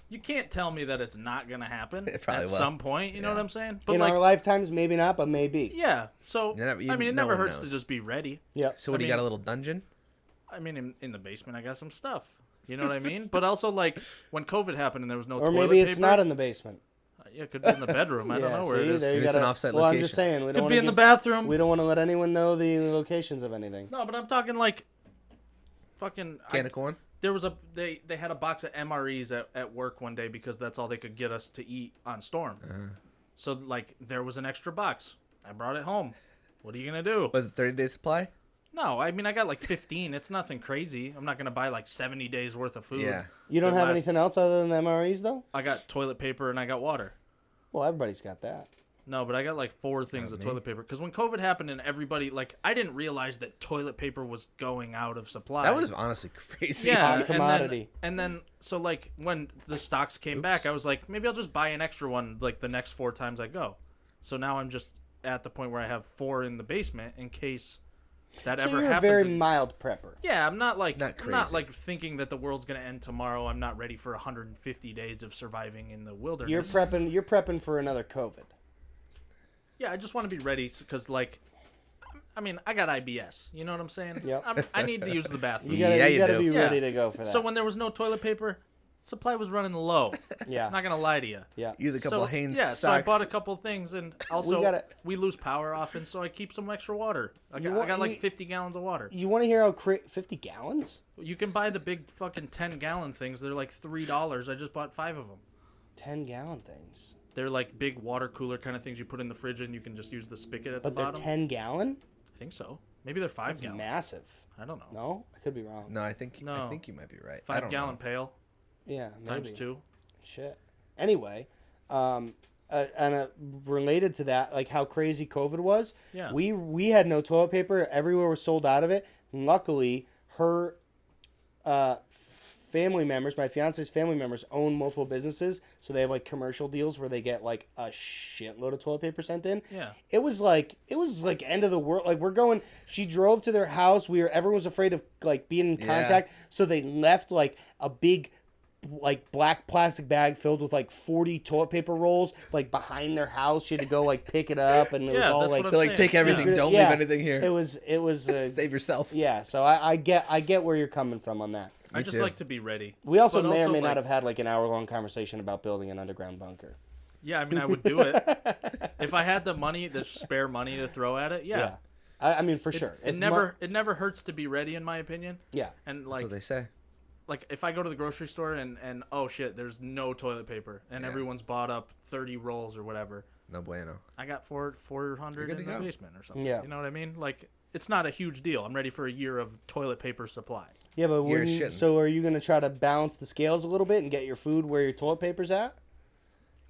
You can't tell me that it's not gonna happen It probably at will. some point. You know Yeah. what I'm saying? But In like, our lifetimes, maybe not, but maybe. yeah. So Yeah, you- I mean, it no never one hurts to knows. just be ready. Yep. So, what I do you got? mean- A little dungeon? I mean, in, in the basement, I got some stuff. You know what I mean? but also, like when COVID happened and there was no Or toilet maybe it's paper, not in the basement. Yeah, it could be in the bedroom. [laughs] I yeah, don't know where see, it is. There you Maybe it's gotta, an offsite well, I'm just location. saying we don't could want be to in the bathroom. We don't want to let anyone know the locations of anything. No, but I'm talking like fucking I- Can of corn? there was a they they had a box of MREs at, at work one day because that's all they could get us to eat on storm. Uh-huh. So like there was an extra box. I brought it home. What are you going to do? Was it 30 day supply? no, I mean I got like 15. It's nothing crazy. I'm not going to buy like 70 days worth of food. Yeah. You don't It have lasts- anything else other than the MREs, though? I got toilet paper and I got water. Well, everybody's got that. No, but I got like four things of toilet paper because when COVID happened and everybody like I didn't realize that toilet paper was going out of supply. That was honestly [laughs] crazy. on [laughs] yeah, and then, commodity. and then so like when the stocks came back, I was like, maybe I'll just buy an extra one like the next four times I go. So now I'm just at the point where I have four in the basement in case that So ever you're a happens. very and- mild prepper. yeah, I'm not like Not I'm not crazy. like thinking that the world's gonna end tomorrow. I'm not ready for 150 days of surviving in the wilderness. You're prepping. You're prepping for another COVID. yeah, I just want to be ready because like. I mean, I got IBS. You know what I'm saying? Yep. I'm, I need to use the [laughs] bathroom. You gotta, Yeah, you you gotta do. be Yeah. ready to go for that. So when there was no toilet paper, supply was running low. [laughs] yeah, I'm not gonna lie to you. yeah, Use a couple so, of Hanes yeah, socks. so I bought a couple things, and also we, gotta- lose power often, so I keep some extra water. I got, You wa- I got you- like 50 gallons of water. you want to hear how cra- fifty gallons? You can buy the big fucking 10 gallon things. They're like three dollars. I just bought five of them. Ten gallon things, They're like big water cooler kind of things you put in the fridge, and you can just use the spigot at but the they're bottom. ten gallon. I think so. Maybe they're five It's gallon. massive. I don't know. No, I could be wrong. no, I think I No. think you might be right. I Five don't gallon know. pail Yeah, times maybe. two. Shit. Anyway, um, uh, and uh, related to that, like how crazy COVID was. Yeah. We we had no toilet paper. Everywhere was sold out of it. Luckily, her uh, family members, my fiance's family members, own multiple businesses, so they have like commercial deals where they get like a shitload of toilet paper sent in. Yeah. It was like it was like end of the world. Like we're going. She drove to their house. We were everyone was afraid of like being in Yeah. contact, so they left like a big like black plastic bag filled with like 40 toilet paper rolls like behind their house she had to go like pick it up and it was Yeah, all that's like what They're like, saying, take yeah. everything. Don't Yeah. leave anything it here. was it [laughs] was uh, Save yourself. yeah so I, I get i get where you're coming from on that I just too. like to be ready. we also But may or may like- not have had like an hour long conversation about building an underground bunker Yeah, I mean, I would [laughs] do it if I had the money, the spare money to throw at it. Yeah, yeah i, I mean for sure it If never Mar- it never hurts to be ready, in my opinion. yeah And That's like what they say. like if I go to the grocery store and and oh shit, there's no toilet paper, and everyone's bought up thirty rolls or whatever. No bueno. I got four four hundred You're in good the to go. basement or something. Yeah. you know what I mean. Like it's not a huge deal. I'm ready for a year of toilet paper supply. yeah You're but wouldn't, shitting. so are you going to try to balance the scales a little bit and get your food where your toilet paper's at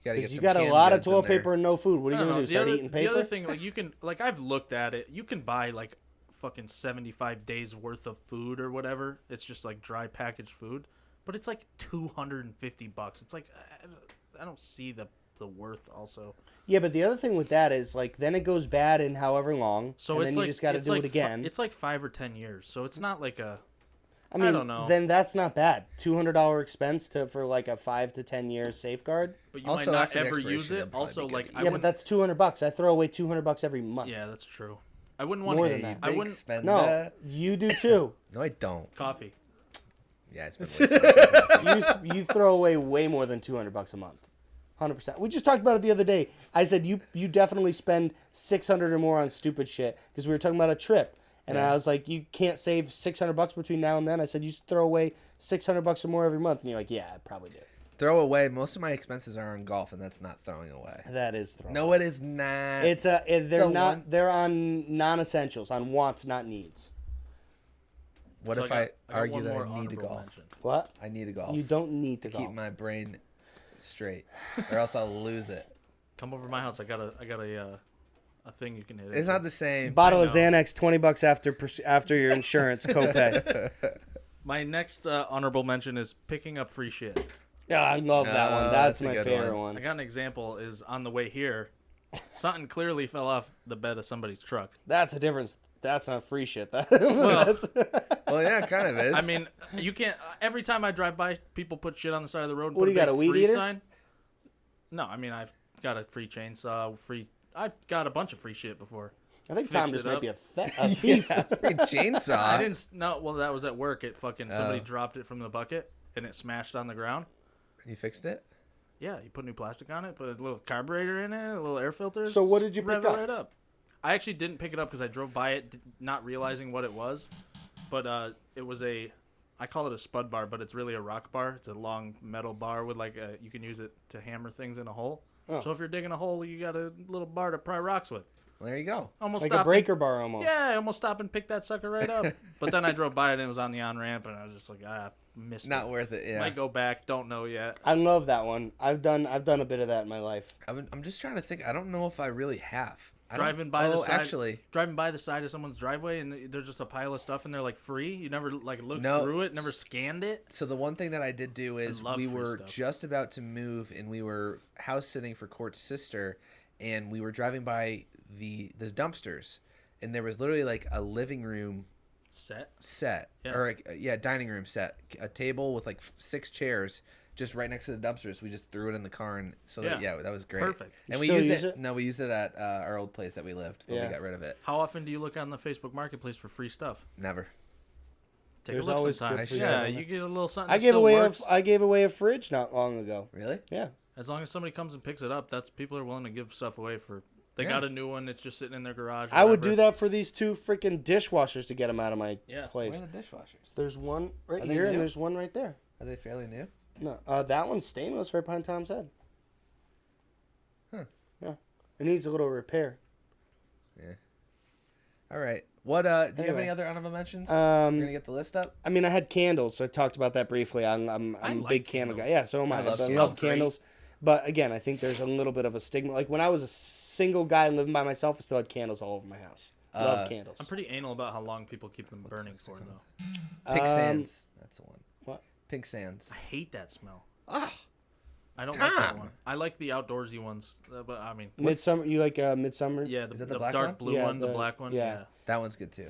You gotta get because you some got a canned lot of goods in toilet there. paper and no food what are I you don't going know. to do The start other, eating the other paper thing, like you can like I've looked at it. You can buy like fucking seventy five days worth of food or whatever. It's just like dry packaged food, but it's like two hundred and fifty bucks. It's like I- I don't- I don't see the the worth also. Yeah, but the other thing with that is like then it goes bad in however long, So and it's then like you just got to it's do like it fi- again. it's like five or ten years, so it's not like a I mean, don't know. then that's not bad. Two hundred dollar expense to for like a five to ten year safeguard. But you Also, might not after the ever use expiration, they'll it. probably Also, be like good. I yeah, but wouldn't. that's two hundred bucks. I throw away two hundred bucks every month. yeah, that's true. I wouldn't want More to. than eat- that. I Big wouldn't spender. No, you do too. No, I [laughs] don't. coffee. Yeah, it's been way too much. you s- you throw away way more than two hundred bucks a month. Hundred percent. We just talked about it the other day. I said you you definitely spend six hundred or more on stupid shit because we were talking about a trip, and I was like, you can't save six hundred bucks between now and then. I said you just throw away six hundred bucks or more every month, and you're like, yeah, I probably do. Throw away. Most of my expenses are on golf, and that's not throwing away. That is throwing. No, it is not. It's a it, they're So not one- they're on non-essentials on wants not needs. what So if got- I, got argue one that more I need to honorable golf? mention. What? I need to golf. You don't need to keep golf. my brain [laughs] straight, or else I'll lose it. Come over to my house. I got a I got a uh, a thing you can hit. It's into. not the same. Bottle of I know. Xanax, twenty bucks after pers- after your insurance [laughs] copay. My next uh, honorable mention is picking up free shit. Yeah, I love that No, one. that's That's, a my good favorite one. one. I got an example. Is on the way here, something clearly fell off the bed of somebody's truck. That's a difference. That's not free shit. That, [laughs] that's- well, yeah, it kind of is. [laughs] [laughs] I mean, you can't. Every time I drive by, people put shit on the side of the road. and What put do you got, big a weed free eater? Sign. No, I mean I've got a free chainsaw, free. I've got a bunch of free shit before. I think Fix Tom it just might up. be a, th- [laughs] a yeah, thief. free [laughs] chainsaw. I didn't. s- No, well, that was at work. It fucking somebody Oh. dropped it from the bucket and it smashed on the ground. You fixed it. Yeah, you put new plastic on it, put a little carburetor in it, a little air filter. So what did you rev pick it up? Right up. I actually didn't pick it up because I drove by it, d- not realizing what it was. But uh, it was a, I call it a spud bar, but it's really a rock bar. It's a long metal bar with like a, you can use it to hammer things in a hole. Oh. So if you're digging a hole, you got a little bar to pry rocks with. There you go. Almost like a stopped breaker bar almost. yeah, I almost stopped and picked that sucker right up. [laughs] but then I drove by it and it was on the on ramp, and I was just like, ah, missed Not it. worth it. Yeah. Might go back. Don't know yet. I love that one. I've done I've done a bit of that in my life. I'm, I'm just trying to think. I don't know if I really have. I don't- driving by the oh, side, actually, driving by the side of someone's driveway, and there's just a pile of stuff, and they're like free. You never like looked No. through it, never scanned it. so the one thing that I did do is love we free were stuff. just about to move, and we were house sitting for Court's sister, and we were driving by the the dumpsters, and there was literally like a living room Set. set Yeah. or like, uh, yeah dining room set a table with like f- six chairs just right next to the dumpsters we just threw it in the car and so that, Yeah. yeah that was great Perfect. and You we still used use it, it? no we used it at uh, our old place that we lived when Yeah. we got rid of it How often do you look on the Facebook Marketplace for free stuff? never Take There's a look always sometimes. good free Yeah, stuff on you there. get a little something. I that gave still away a, works. I gave away a fridge not long ago. really Yeah. As long as somebody comes and picks it up, that's people are willing to give stuff away for. They got a new one. It's just sitting in their garage. I would do whatever. that for these two freaking dishwashers to get them out of my Yeah. where are place. the dishwashers There's one right Are they here new? and there's one right there. are they fairly new No, uh, that one's stainless right behind Tom's head. Huh. Yeah. It needs a little repair. all right what uh do you have Anyway. any other honorable mentions Um, we're gonna get the list up I mean, I had candles. So I talked about that briefly. I'm, I'm, I I'm a like big candle candles. guy. Yeah, so am I. I I love love, candles. candles. But again, I think there's a little bit of a stigma. Like when I was a single guy living by myself, I still had candles all over my house. Love Uh, candles. I'm pretty anal about how long people keep them burning for, though. pink Um, sands that's the one what? pink sands I hate that smell. Ah, I don't like that Tom. one. I like the outdoorsy ones, uh, but I mean, Midsummer. You like uh, midsummer? yeah, the, Is that the the, black dark one? blue Yeah, one, the, the- black one. yeah. yeah. that one's good too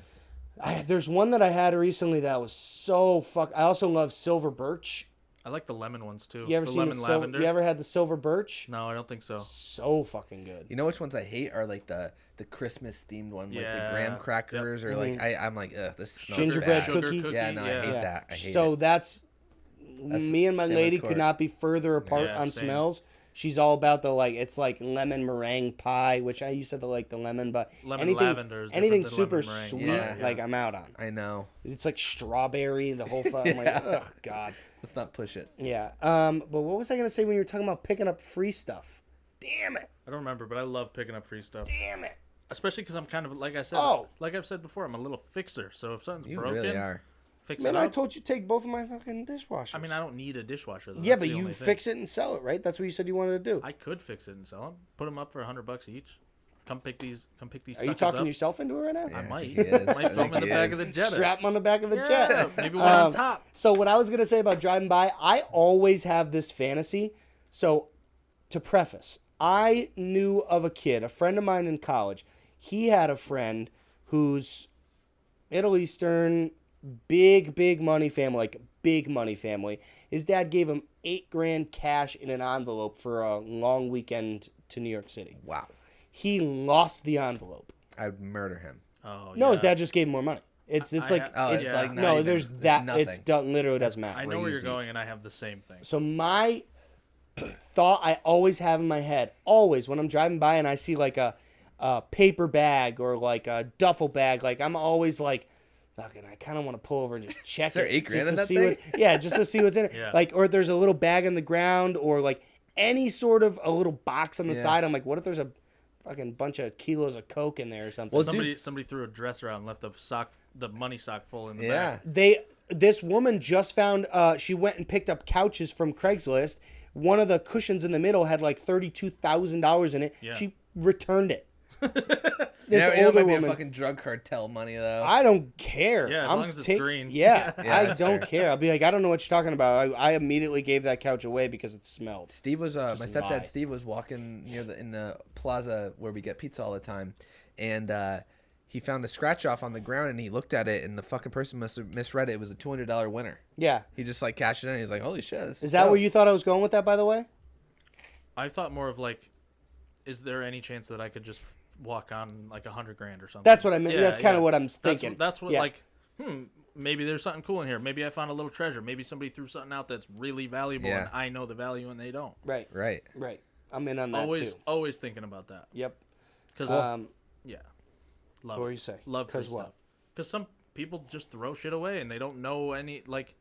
I, there's one that I had recently that was so fuck. I also love silver birch. I like the lemon ones too. You ever Oh, the seen lemon the silver? lavender? You ever had the silver birch? No, I don't think so. So fucking good. You know which ones I hate are like the the Christmas themed one, like the graham Yeah. crackers, or like I I'm like ugh, this smells Mm-hmm. Gingerbread bad. Sugar cookie? Yeah, no, I hate Yeah. that. I hate so it. that's, me and my same with lady Court. could not be further apart Yeah, on same. smells. She's all about the like it's like lemon meringue pie, which I used to like the lemon, but Lemon anything lavender is different anything than super lemon meringue. sweet Yeah. like I'm out on. I know. It's like strawberry the whole fuck. I'm like, Yeah. ugh, god. Let's not push it. Yeah. Um. But what was I gonna say when you were talking about picking up free stuff? Damn it! I don't remember, but I love picking up free stuff, Damn it! especially because I'm kind of like I said, Oh. like I've said before, I'm a little fixer. So if something's You broken, really are. fix Man, it up. I I, told you take both of my fucking dishwashers. mean, I don't need a dishwasher. Though. Yeah, That's but the you only thing. fix it and sell it, right? That's what you said you wanted to do. I could fix it and sell them. Put them up for hundred bucks each. Come pick these. Come pick these. Are you suckers talking up. yourself into it right now? I Yeah, might. he is. I might throw think 'em in the he back is. of the jet. Strap 'em on the back of the Yeah, jet. maybe one Um, on top. So what I was gonna say about driving by, I always have this fantasy. So to preface, I knew of a kid, a friend of mine in college. He had a friend who's Middle Eastern, big, big money family, like big money family. His dad gave him eight grand cash in an envelope for a long weekend to New York City. Wow. He lost the envelope. I'd murder him. Oh, No, his yeah. dad just gave him more money. It's it's I like ha- Oh, it's it's Yeah. like not no, even- there's it's that. nothing. It's done. Literally doesn't matter. I know where you're crazy. going, and I have the same thing. So my [clears throat] thought I always have in my head, always when I'm driving by and I see like a, a paper bag or like a duffel bag, like I'm always like, fucking, I kind of want to pull [laughs] over and just check there it, eight grand just in to that see thing? what's, [laughs] yeah, just to see what's in it. [laughs] Yeah. Like, or there's a little bag on the ground or like any sort of a little box on the Yeah. side. I'm like, what if there's a fucking bunch of kilos of coke in there or something? Well, dude- somebody somebody threw a dresser out and left the sock the money sock full in the Yeah. back. they this woman just found uh she went and picked up couches from Craigslist. One of the cushions in the middle had like thirty-two thousand dollars in it. Yeah. She [laughs] returned it. You this know, you know, it older might be woman. a fucking drug cartel money though. I don't care. Yeah, as I'm long as it's ta- green. [laughs] Yeah, Yeah, I that's don't fair. care. I'll be like, I don't know what you're talking about. I, I immediately gave that couch away because it smelled. Steve was uh, my stepdad. lie. Steve was walking near the in the plaza where we get pizza all the time, and uh, he found a scratch off on the ground, and he looked at it, and the fucking person must have misread it. It was a two hundred dollar winner. Yeah. He just like cashed it in. He's like, "Holy shit!" This Is that dope." where you thought I was going with that? By the way. I thought more of like, is there any chance that I could just walk on like a hundred grand or something? That's what I meant. Yeah, that's kind yeah. of what I'm That's thinking. that's what Yeah. like. Hmm. Maybe there's something cool in here. Maybe I found a little treasure. Maybe somebody threw something out that's really valuable, Yeah. and I know the value, and they don't. Right. Right. Right. I'm in on that Always, too. always thinking about that. Yep. Because Um, yeah, what love. it. were you saying? Love 'Cause free what? stuff. Because some people just throw shit away, and they don't know any. Like,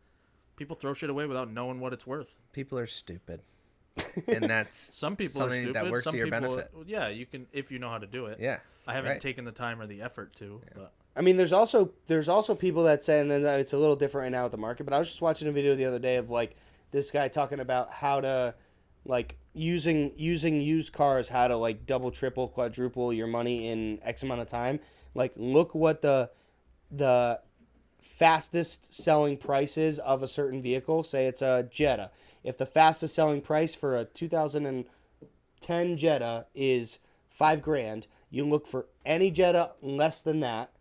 people throw shit away without knowing what it's worth. People are stupid, [laughs] and that's Some people are Something stupid. that works some to your people, benefit. yeah, you can if you know how to do it. yeah. I haven't right. taken the time or the effort to. But I mean, there's also there's also people that say, and then uh, it's a little different right now at the market. But I was just watching a video the other day of like this guy talking about how to like using using used cars, how to like double, triple, quadruple your money in X amount of time. Like, look what the the fastest selling prices of a certain vehicle. Say it's a Jetta. If the fastest selling price for a 2010 Jetta is five grand, you look for any Jetta less than that,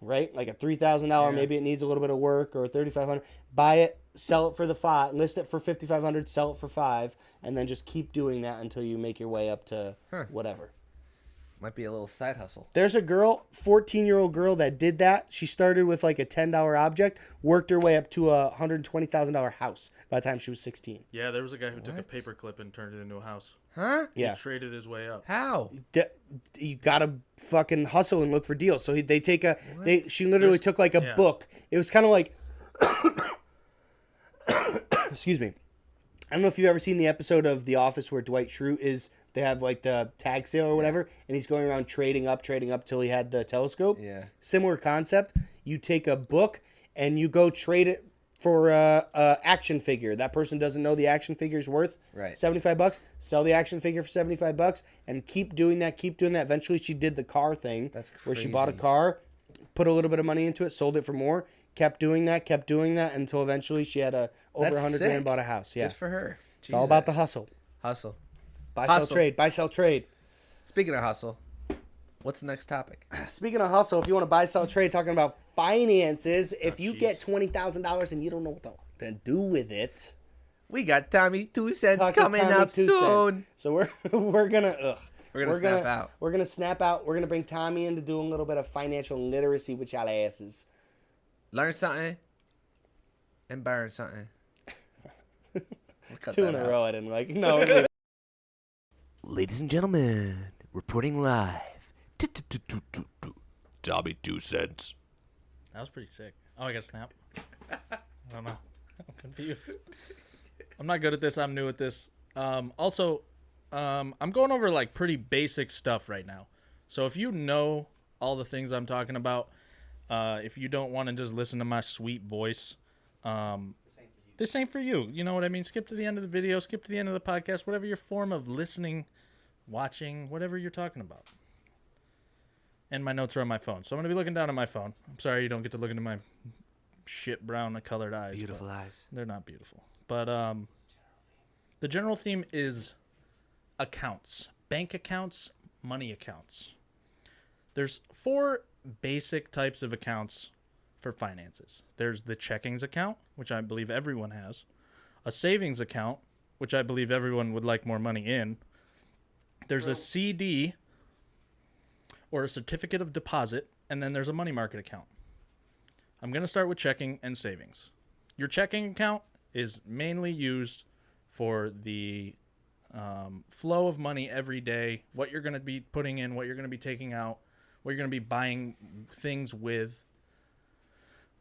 right? Like a three thousand dollar. Maybe it needs a little bit of work or thirty five hundred. Buy it, sell it for the five, list it for fifty five hundred, sell it for five, and then just keep doing that until you make your way up to whatever. Might be a little side hustle. There's a girl, 14 year old girl that did that. She started with like a $10 object, worked her way up to a $120,000 house by the time she was 16. yeah, there was a guy who took a What? paperclip and turned it into a house. Huh? Yeah. He traded his way up. How? D- you gotta fucking hustle and look for deals. So he- they take a, they she literally took like a yeah. book. It was kind of like, [coughs] excuse me. I don't know if you've ever seen the episode of The Office where Dwight Schrute is, they have like the tag sale or whatever, and he's going around trading up, trading up till he had the telescope. Yeah. similar concept. You take a book and you go trade it for a, a action figure. That person doesn't know the action figure's worth Right. seventy five bucks. Sell the action figure for seventy five bucks and keep doing that. Keep doing that. Eventually, she did the car thing. That's where she bought a crazy. car, put a little bit of money into it, sold it for more. Kept doing that. Kept doing that until eventually she had a over That's a hundred grand sick. bought a house. Yeah, Good for her. it's all about the hustle. hustle. Buy Hustle. sell trade. Buy sell trade. Speaking of hustle, what's the next topic? Speaking of hustle, if you want to buy, sell, trade, talking about finances, Oh, if you jeez. get twenty thousand dollars and you don't know what the- to do with it, We got Tommy Two Cents talk to coming Tommy up Two soon. Cent. So we're [laughs] we're gonna ugh. We're gonna snap out. We're gonna snap out. We're gonna bring Tommy in to do a little bit of financial literacy with y'all asses. Learn something and burn something. We'll cut Two that in a out. row. I didn't like. No. really. [laughs] Ladies and gentlemen, reporting live. Tommy Two Cents. That was pretty sick. Oh, I got a snap. [laughs] I don't know. [laughs] I'm confused. I'm not good at this. I'm new at this. Um, also, um, I'm going over like pretty basic stuff right now. So if you know all the things I'm talking about, uh, if you don't want to just listen to my sweet voice, um, this ain't for you. You know what I mean? Skip to the end of the video, skip to the end of the podcast, whatever your form of listening, watching, whatever you're talking about and my notes are on my phone. So I'm gonna be looking down at my phone. I'm sorry you don't get to look into my shit brown colored eyes. but Beautiful eyes. They're not beautiful. But um, the general theme is accounts, bank accounts, money accounts. There's four basic types of accounts for finances. There's the checkings account, which I believe everyone has, a savings account, which I believe everyone would like more money in. There's a CD or a certificate of deposit, and then there's a money market account. I'm going to start with checking and savings. Your checking account is mainly used for the um, flow of money every day, what you're going to be putting in, what you're going to be taking out, what you're going to be buying things with.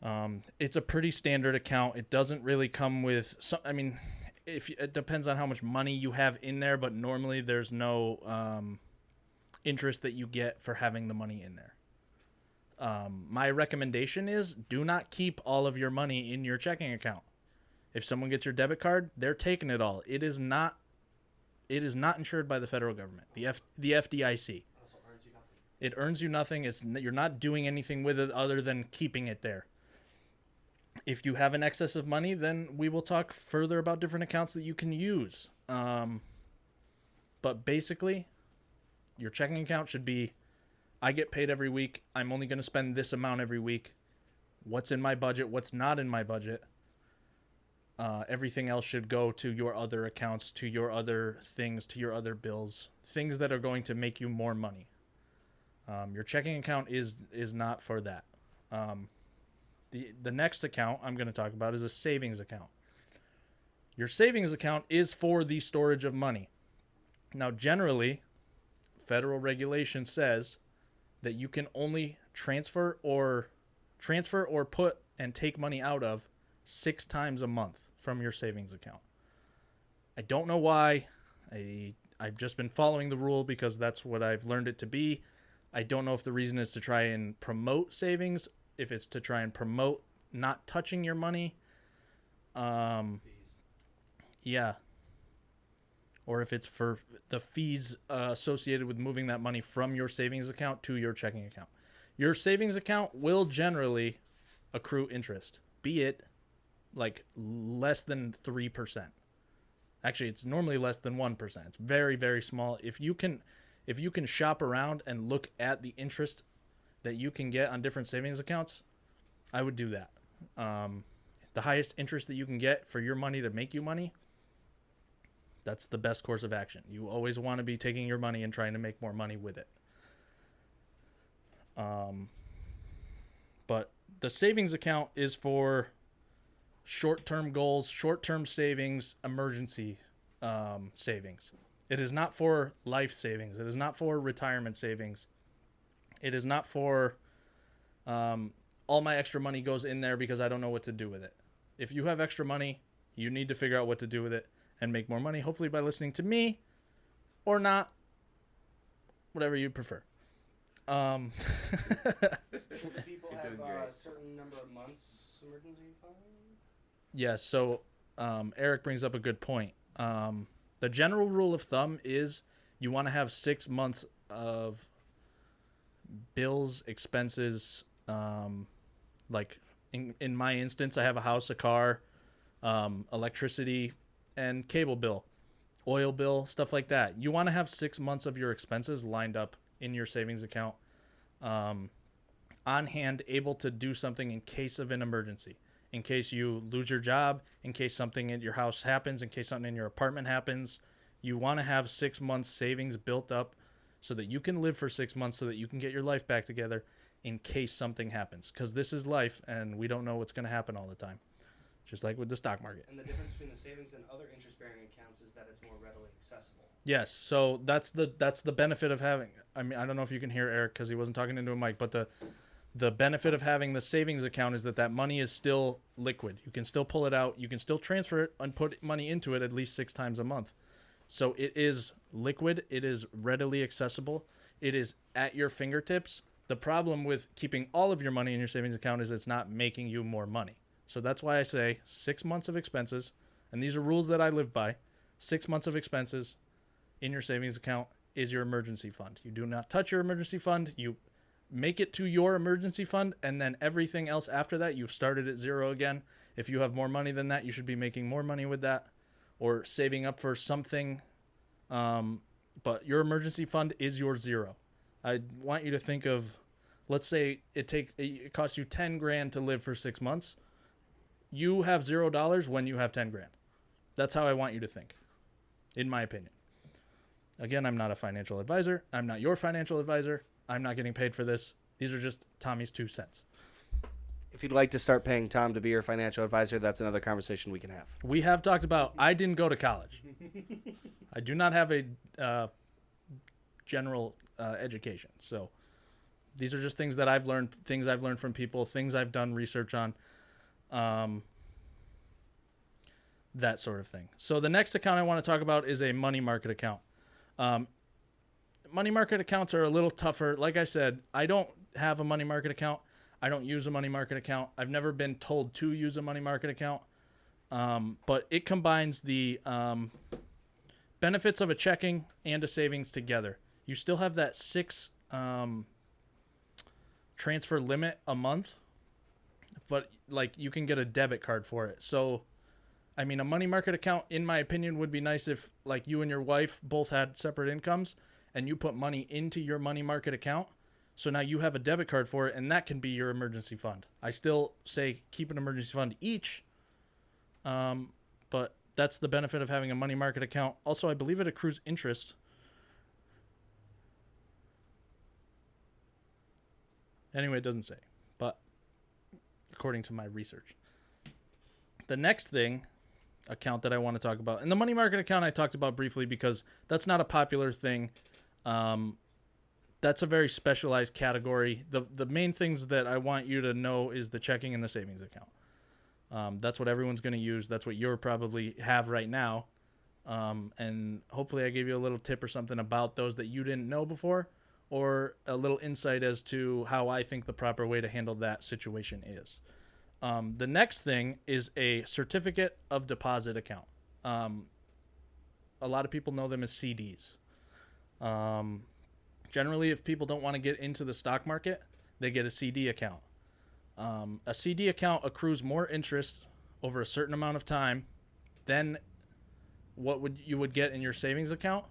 Um, it's a pretty standard account. It doesn't really come with some. I mean, if you- it depends on how much money you have in there, but normally there's no um, interest that you get for having the money in there. Um, my recommendation is do not keep all of your money in your checking account. If someone gets your debit card, they're taking it all. It is not it is not insured by the federal government. The F the FDIC. It earns you nothing. It's n- you're not doing anything with it other than keeping it there. If you have an excess of money, then we will talk further about different accounts that you can use. Um, but basically, your checking account should be I get paid every week. I'm only going to spend this amount every week. What's in my budget? What's not in my budget? Uh, everything else should go to your other accounts, to your other things, to your other bills, things that are going to make you more money. Um, your checking account is is not for that. Um, the the next account I'm going to talk about is a savings account. Your savings account is for the storage of money. Now, generally, federal regulation says that you can only transfer or transfer or put and take money out of six times a month from your savings account. I don't know why. I I've just been following the rule because that's what I've learned it to be. I don't know if the reason is to try and promote savings, if it's to try and promote not touching your money. Um yeah. Or if it's for the fees uh, associated with moving that money from your savings account to your checking account. Your savings account will generally accrue interest, be it like less than 3%. Actually, it's normally less than 1%. It's very very small. If you can if you can shop around and look at the interest that you can get on different savings accounts, I would do that. Um, the highest interest that you can get for your money to make you money, that's the best course of action. You always want to be taking your money and trying to make more money with it. Um, but the savings account is for short term goals, short term savings, emergency um, savings. It is not for life savings. It is not for retirement savings. It is not for um, all my extra money goes in there because I don't know what to do with it. If you have extra money, you need to figure out what to do with it and make more money, hopefully by listening to me or not, whatever you prefer. Um, [laughs] People You're have doing uh, great. a certain number of months emergency fund. Yes. so um, Eric brings up a good point. Um, the general rule of thumb is you want to have six months of bills, expenses. Um, like in, in my instance, I have a house, a car, um, electricity, and cable bill, oil bill, stuff like that. You want to have six months of your expenses lined up in your savings account, um, on hand, able to do something in case of an emergency in case you lose your job, in case something at your house happens, in case something in your apartment happens. You want to have six months savings built up so that you can live for six months so that you can get your life back together in case something happens. Because this is life and we don't know what's going to happen all the time, just like with the stock market. And the difference between the savings and other interest-bearing accounts is that it's more readily accessible. Yes, so that's the that's the benefit of having. I mean, I don't know if you can hear Eric because he wasn't talking into a mic, but the the benefit of having the savings account is that that money is still liquid. You can still pull it out. You can still transfer it and put money into it at least six times a month. So it is liquid. It is readily accessible. It is at your fingertips. The problem with keeping all of your money in your savings account is it's not making you more money. So that's why I say six months of expenses, and these are rules that I live by. Six months of expenses, in your savings account is your emergency fund. You do not touch your emergency fund. You make it to your emergency fund, and then everything else after that, you've started at zero again. If you have more money than that, you should be making more money with that or saving up for something. Um, but your emergency fund is your zero. I want you to think of, let's say it takes it costs you ten grand to live for six months. You have zero dollars when you have ten grand. That's how I want you to think, in my opinion. Again, I'm not a financial advisor. I'm not your financial advisor. I'm not getting paid for this. These are just Tommy's two cents. if you'd like to start paying Tom to be your financial advisor, that's another conversation we can have. We have talked about I didn't go to college. I do not have a uh, general uh, education. So these are just things that I've learned, things I've learned from people, things I've done research on, um, that sort of thing. So the next account I want to talk about is a money market account. Um, money market accounts are a little tougher. Like I said, I don't have a money market account. I don't use a money market account. I've never been told to use a money market account um, but it combines the um, benefits of a checking and a savings together. You still have that six um, transfer limit a month, but like you can get a debit card for it. So, I mean, a money market account, in my opinion, would be nice if like you and your wife both had separate incomes and you put money into your money market account. So now you have a debit card for it, and that can be your emergency fund. I still say keep an emergency fund each, um, but that's the benefit of having a money market account. Also, I believe it accrues interest. Anyway, it doesn't say, but according to my research. The next thing, account that I want to talk about, and the money market account I talked about briefly because that's not a popular thing. Um, that's a very specialized category. The, the main things that I want you to know is the checking and the savings account. Um, that's what everyone's going to use. That's what you're probably have right now. Um, and hopefully, I gave you a little tip or something about those that you didn't know before, or a little insight as to how I think the proper way to handle that situation is. Um, the next thing is a certificate of deposit account. Um, a lot of people know them as CDs. Um, generally, if people don't want to get into the stock market, they get a CD account. Um, a CD account accrues more interest over a certain amount of time than what would you would get in your savings account,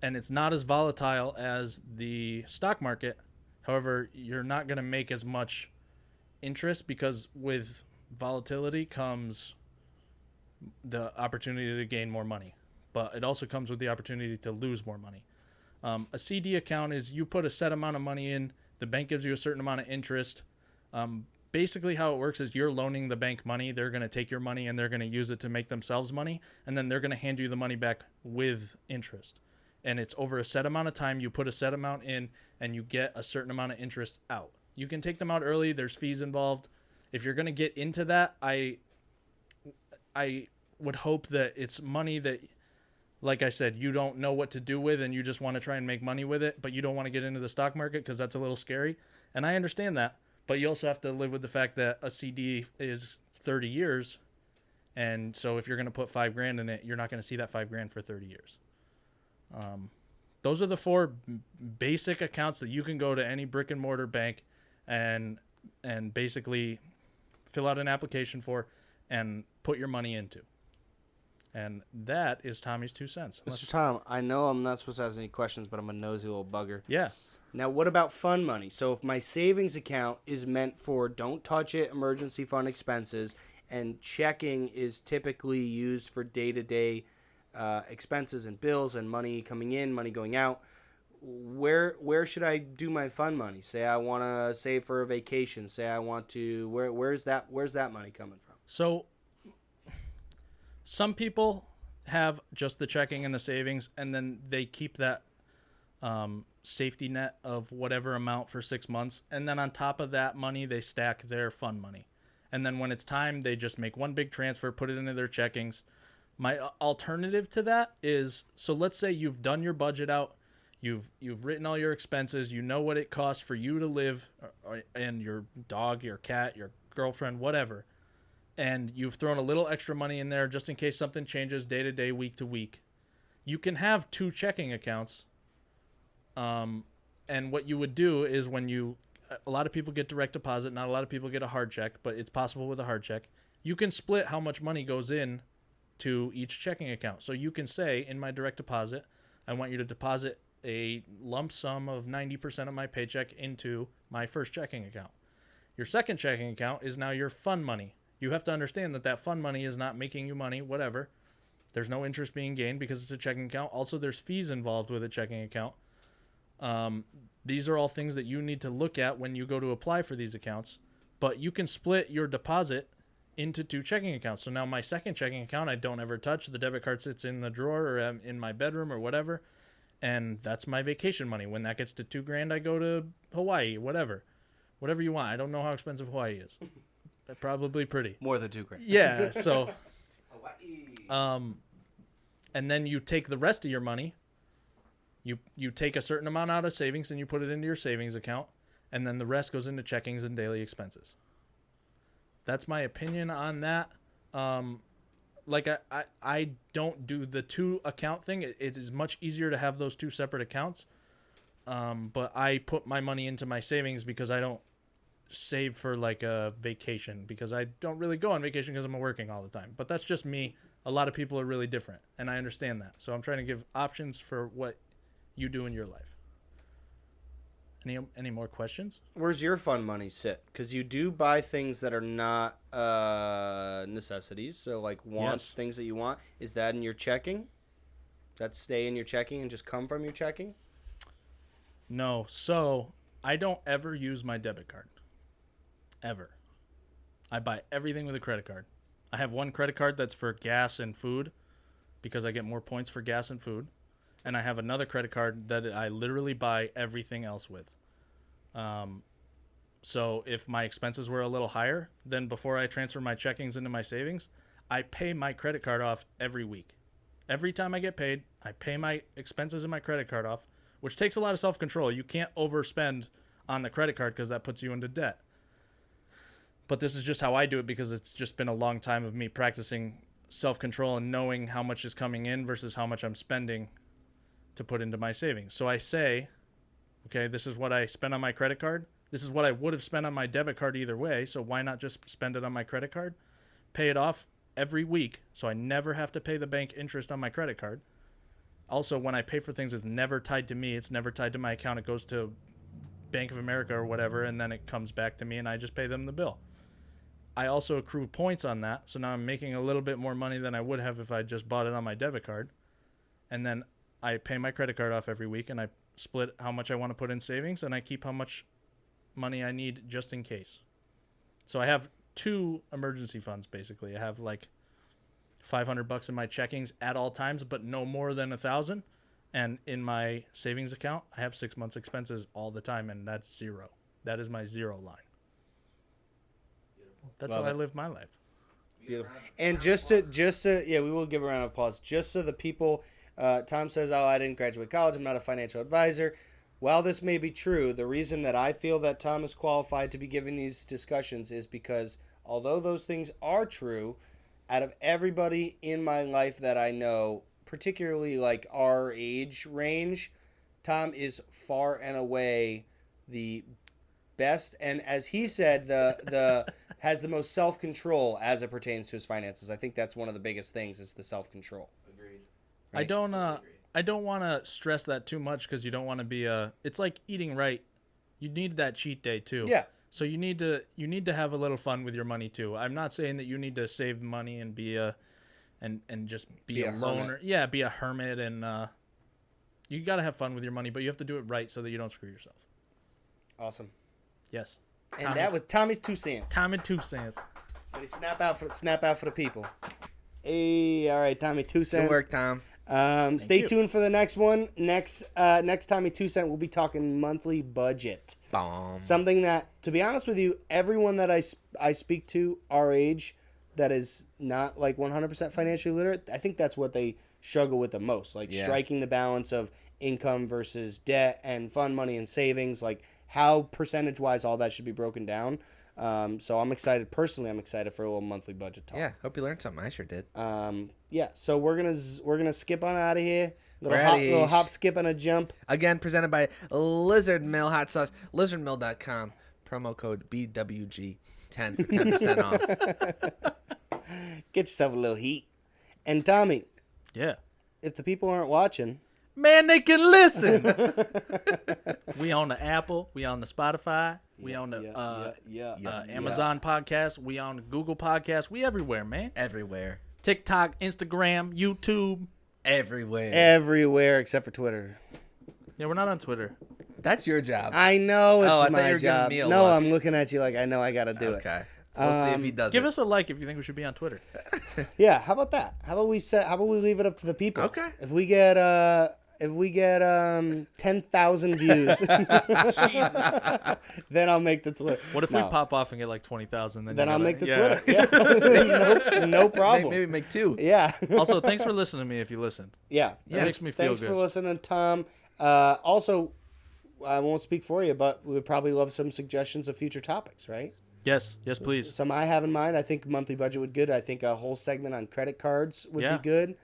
and it's not as volatile as the stock market. However, you're not going to make as much interest because with volatility comes the opportunity to gain more money, but it also comes with the opportunity to lose more money. Um, a CD account is you put a set amount of money in, the bank gives you a certain amount of interest. Um, basically, how it works is you're loaning the bank money, they're going to take your money and they're going to use it to make themselves money, and then they're going to hand you the money back with interest. And it's over a set amount of time, you put a set amount in, and you get a certain amount of interest out. You can take them out early, there's fees involved. If you're going to get into that, I I would hope that it's money that, like I said, you don't know what to do with and you just want to try and make money with it, but you don't want to get into the stock market because that's a little scary. And I understand that. But you also have to live with the fact that a CD is 30 years. And so if you're going to put five grand in it, you're not going to see that five grand for 30 years. Um, those are the four m- basic accounts that you can go to any brick and mortar bank and and basically fill out an application for and put your money into. And that is Tommy's two cents. Unless- Mr. Tom, I know I'm not supposed to ask any questions, but I'm a nosy little bugger. yeah. Now, what about fun money? So, if my savings account is meant for don't touch it emergency fund expenses, and checking is typically used for day to day expenses and bills and money coming in, money going out, where where should I do my fun money? Say I want to save for a vacation. Say I want to where where's that where's that money coming from? So some people have just the checking and the savings and then they keep that um, safety net of whatever amount for six months and then on top of that money they stack their fund money and then when it's time they just make one big transfer put it into their checkings my a- alternative to that is so let's say you've done your budget out you've you've written all your expenses you know what it costs for you to live or- or- and your dog your cat your girlfriend whatever and you've thrown a little extra money in there just in case something changes day to day, week to week. You can have two checking accounts. Um, and what you would do is when you, a lot of people get direct deposit, not a lot of people get a hard check, but it's possible with a hard check. You can split how much money goes in to each checking account. So you can say in my direct deposit, I want you to deposit a lump sum of 90% of my paycheck into my first checking account. Your second checking account is now your fund money. You have to understand that that fund money is not making you money, whatever. There's no interest being gained because it's a checking account. Also, there's fees involved with a checking account. Um, these are all things that you need to look at when you go to apply for these accounts. But you can split your deposit into two checking accounts. So now my second checking account I don't ever touch. The debit card sits in the drawer or um, in my bedroom or whatever, and that's my vacation money. When that gets to two grand, I go to Hawaii, whatever, whatever you want. I don't know how expensive Hawaii is. Probably pretty. More than two grand. Yeah. So. Um, and then you take the rest of your money. You you take a certain amount out of savings and you put it into your savings account, and then the rest goes into checkings and daily expenses. That's my opinion on that. Um, like I, I I don't do the two account thing. It, it is much easier to have those two separate accounts. Um, but I put my money into my savings because I don't save for like a vacation because I don't really go on vacation because I'm working all the time. But that's just me. A lot of people are really different, and I understand that. So I'm trying to give options for what you do in your life. Any any more questions? Where's your fun money sit? Because you do buy things that are not uh, necessities. So like wants, Yes. things that you want. Is that in your checking? Does that stay in your checking and just come from your checking? No. So I don't ever use my debit card. Ever. I buy everything with a credit card. I have one credit card that's for gas and food because I get more points for gas and food. And I have another credit card that I literally buy everything else with. Um, so if my expenses were a little higher, then before I transfer my checkings into my savings, I pay my credit card off every week. Every time I get paid, I pay my expenses and my credit card off, which takes a lot of self control. You can't overspend on the credit card because that puts you into debt. But this is just how I do it because it's just been a long time of me practicing self control and knowing how much is coming in versus how much I'm spending to put into my savings. So I say, okay, this is what I spent on my credit card. This is what I would have spent on my debit card either way. So why not just spend it on my credit card? pay it off every week so I never have to pay the bank interest on my credit card. Also, when I pay for things, it's never tied to me. It's never tied to my account. It goes to Bank of America or whatever, and then it comes back to me, and I just pay them the bill. I also accrue points on that, so now I'm making a little bit more money than I would have if I just bought it on my debit card. And then I pay my credit card off every week, and I split how much I want to put in savings, and I keep how much money I need just in case. So I have two emergency funds basically. I have like 500 bucks in my checkings at all times, but no more than a thousand. And in my savings account, I have six months expenses all the time, and that's zero. That is my zero line. That's Love how I it. live my life. Beautiful. And just to just to yeah, we will give a round of applause just so the people. Uh, Tom says, "Oh, I didn't graduate college. I'm not a financial advisor." While this may be true, the reason that I feel that Tom is qualified to be giving these discussions is because although those things are true, out of everybody in my life that I know, particularly like our age range, Tom is far and away the best and as he said the [laughs] the has the most self-control as it pertains to his finances i think that's one of the biggest things is the self-control I don't uh I don't want to stress that too much cuz you don't want to be a it's like eating right. You need that cheat day too. Yeah. So you need to you need to have a little fun with your money too. I'm not saying that you need to save money and be a and and just be, Be a, a loner. hermit. Yeah, be a hermit and uh you got to have fun with your money, but you have to do it right so that you don't screw yourself. awesome Yes. and that was tommy's two cents Tommy Two Cents. but he snap out for snap out for the people hey all right tommy two Good cents work, Tom. um stay you. tuned for the next one next uh next tommy two cent we'll be talking monthly budget Bomb. something that to be honest with you everyone that i, s- I speak to our age that is not like 100% financially literate i think that's what they struggle with the most like Yeah. striking the balance of income versus debt and fun money and savings like how percentage wise all that should be broken down um, so i'm excited personally i'm excited for a little monthly budget talk Yeah, hope you learned something. I sure did. um, yeah so we're gonna z- we're gonna skip on out of here little We're hop, outta here. little hop skip and a jump Again, presented by Lizard Mill Hot Sauce, lizardmill.com, promo code BWG10 for 10% off. [laughs] get yourself a little heat and tommy Yeah. if the people aren't watching Man, they can listen. [laughs] we on the Apple, we on the Spotify, we on the uh yeah, uh, Amazon podcast. We on Google podcast. We everywhere, man. Everywhere. TikTok, Instagram, YouTube. Everywhere. everywhere except for Twitter. Yeah, we're not on Twitter. That's your job. I know it's Oh, I thought you my were giving job. me a No, look. I'm looking at you like I know I gotta do it. okay. We'll see if he does Give it. us a like if you think we should be on Twitter. Yeah, how about that? How about we set? How about we leave it up to the people? Okay. If we get uh, if we get um, [laughs] ten thousand views, then I'll make the Twitter. What if No, we pop off and get like twenty thousand? Then Then you I'll gotta- make the yeah. Twitter. Yeah. [laughs] no, no May- problem. Maybe, make two. Yeah. [laughs] also, thanks for listening to me. If you listened, yeah. That makes me feel Thanks for good. listening, Tom. Uh, also, I won't speak for you, but we would probably love some suggestions of future topics, right? yes, yes, please. Some I have in mind. I think monthly budget would good. I think a whole segment on credit cards would Yeah. be good.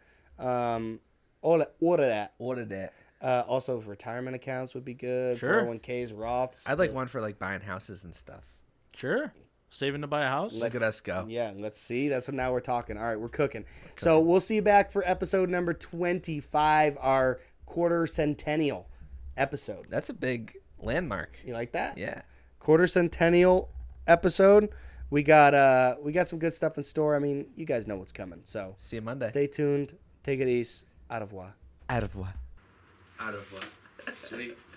Um, all that, all of that. Order that. Uh, also, retirement accounts would be good. Sure. 401ks, Roths. I'd like one for like buying houses and stuff. Sure. Saving to buy a house. Look at us go. Yeah, let's see. That's what now we're talking. All right, we're cooking. So we'll see you back for episode number 25, our quarter centennial episode. That's a big landmark. You like that? Yeah. Quarter centennial episode. We got uh we got some good stuff in store. I mean, you guys know what's coming. So See you Monday. stay tuned. Take it easy. Au revoir. Au revoir. Au revoir. Sweet.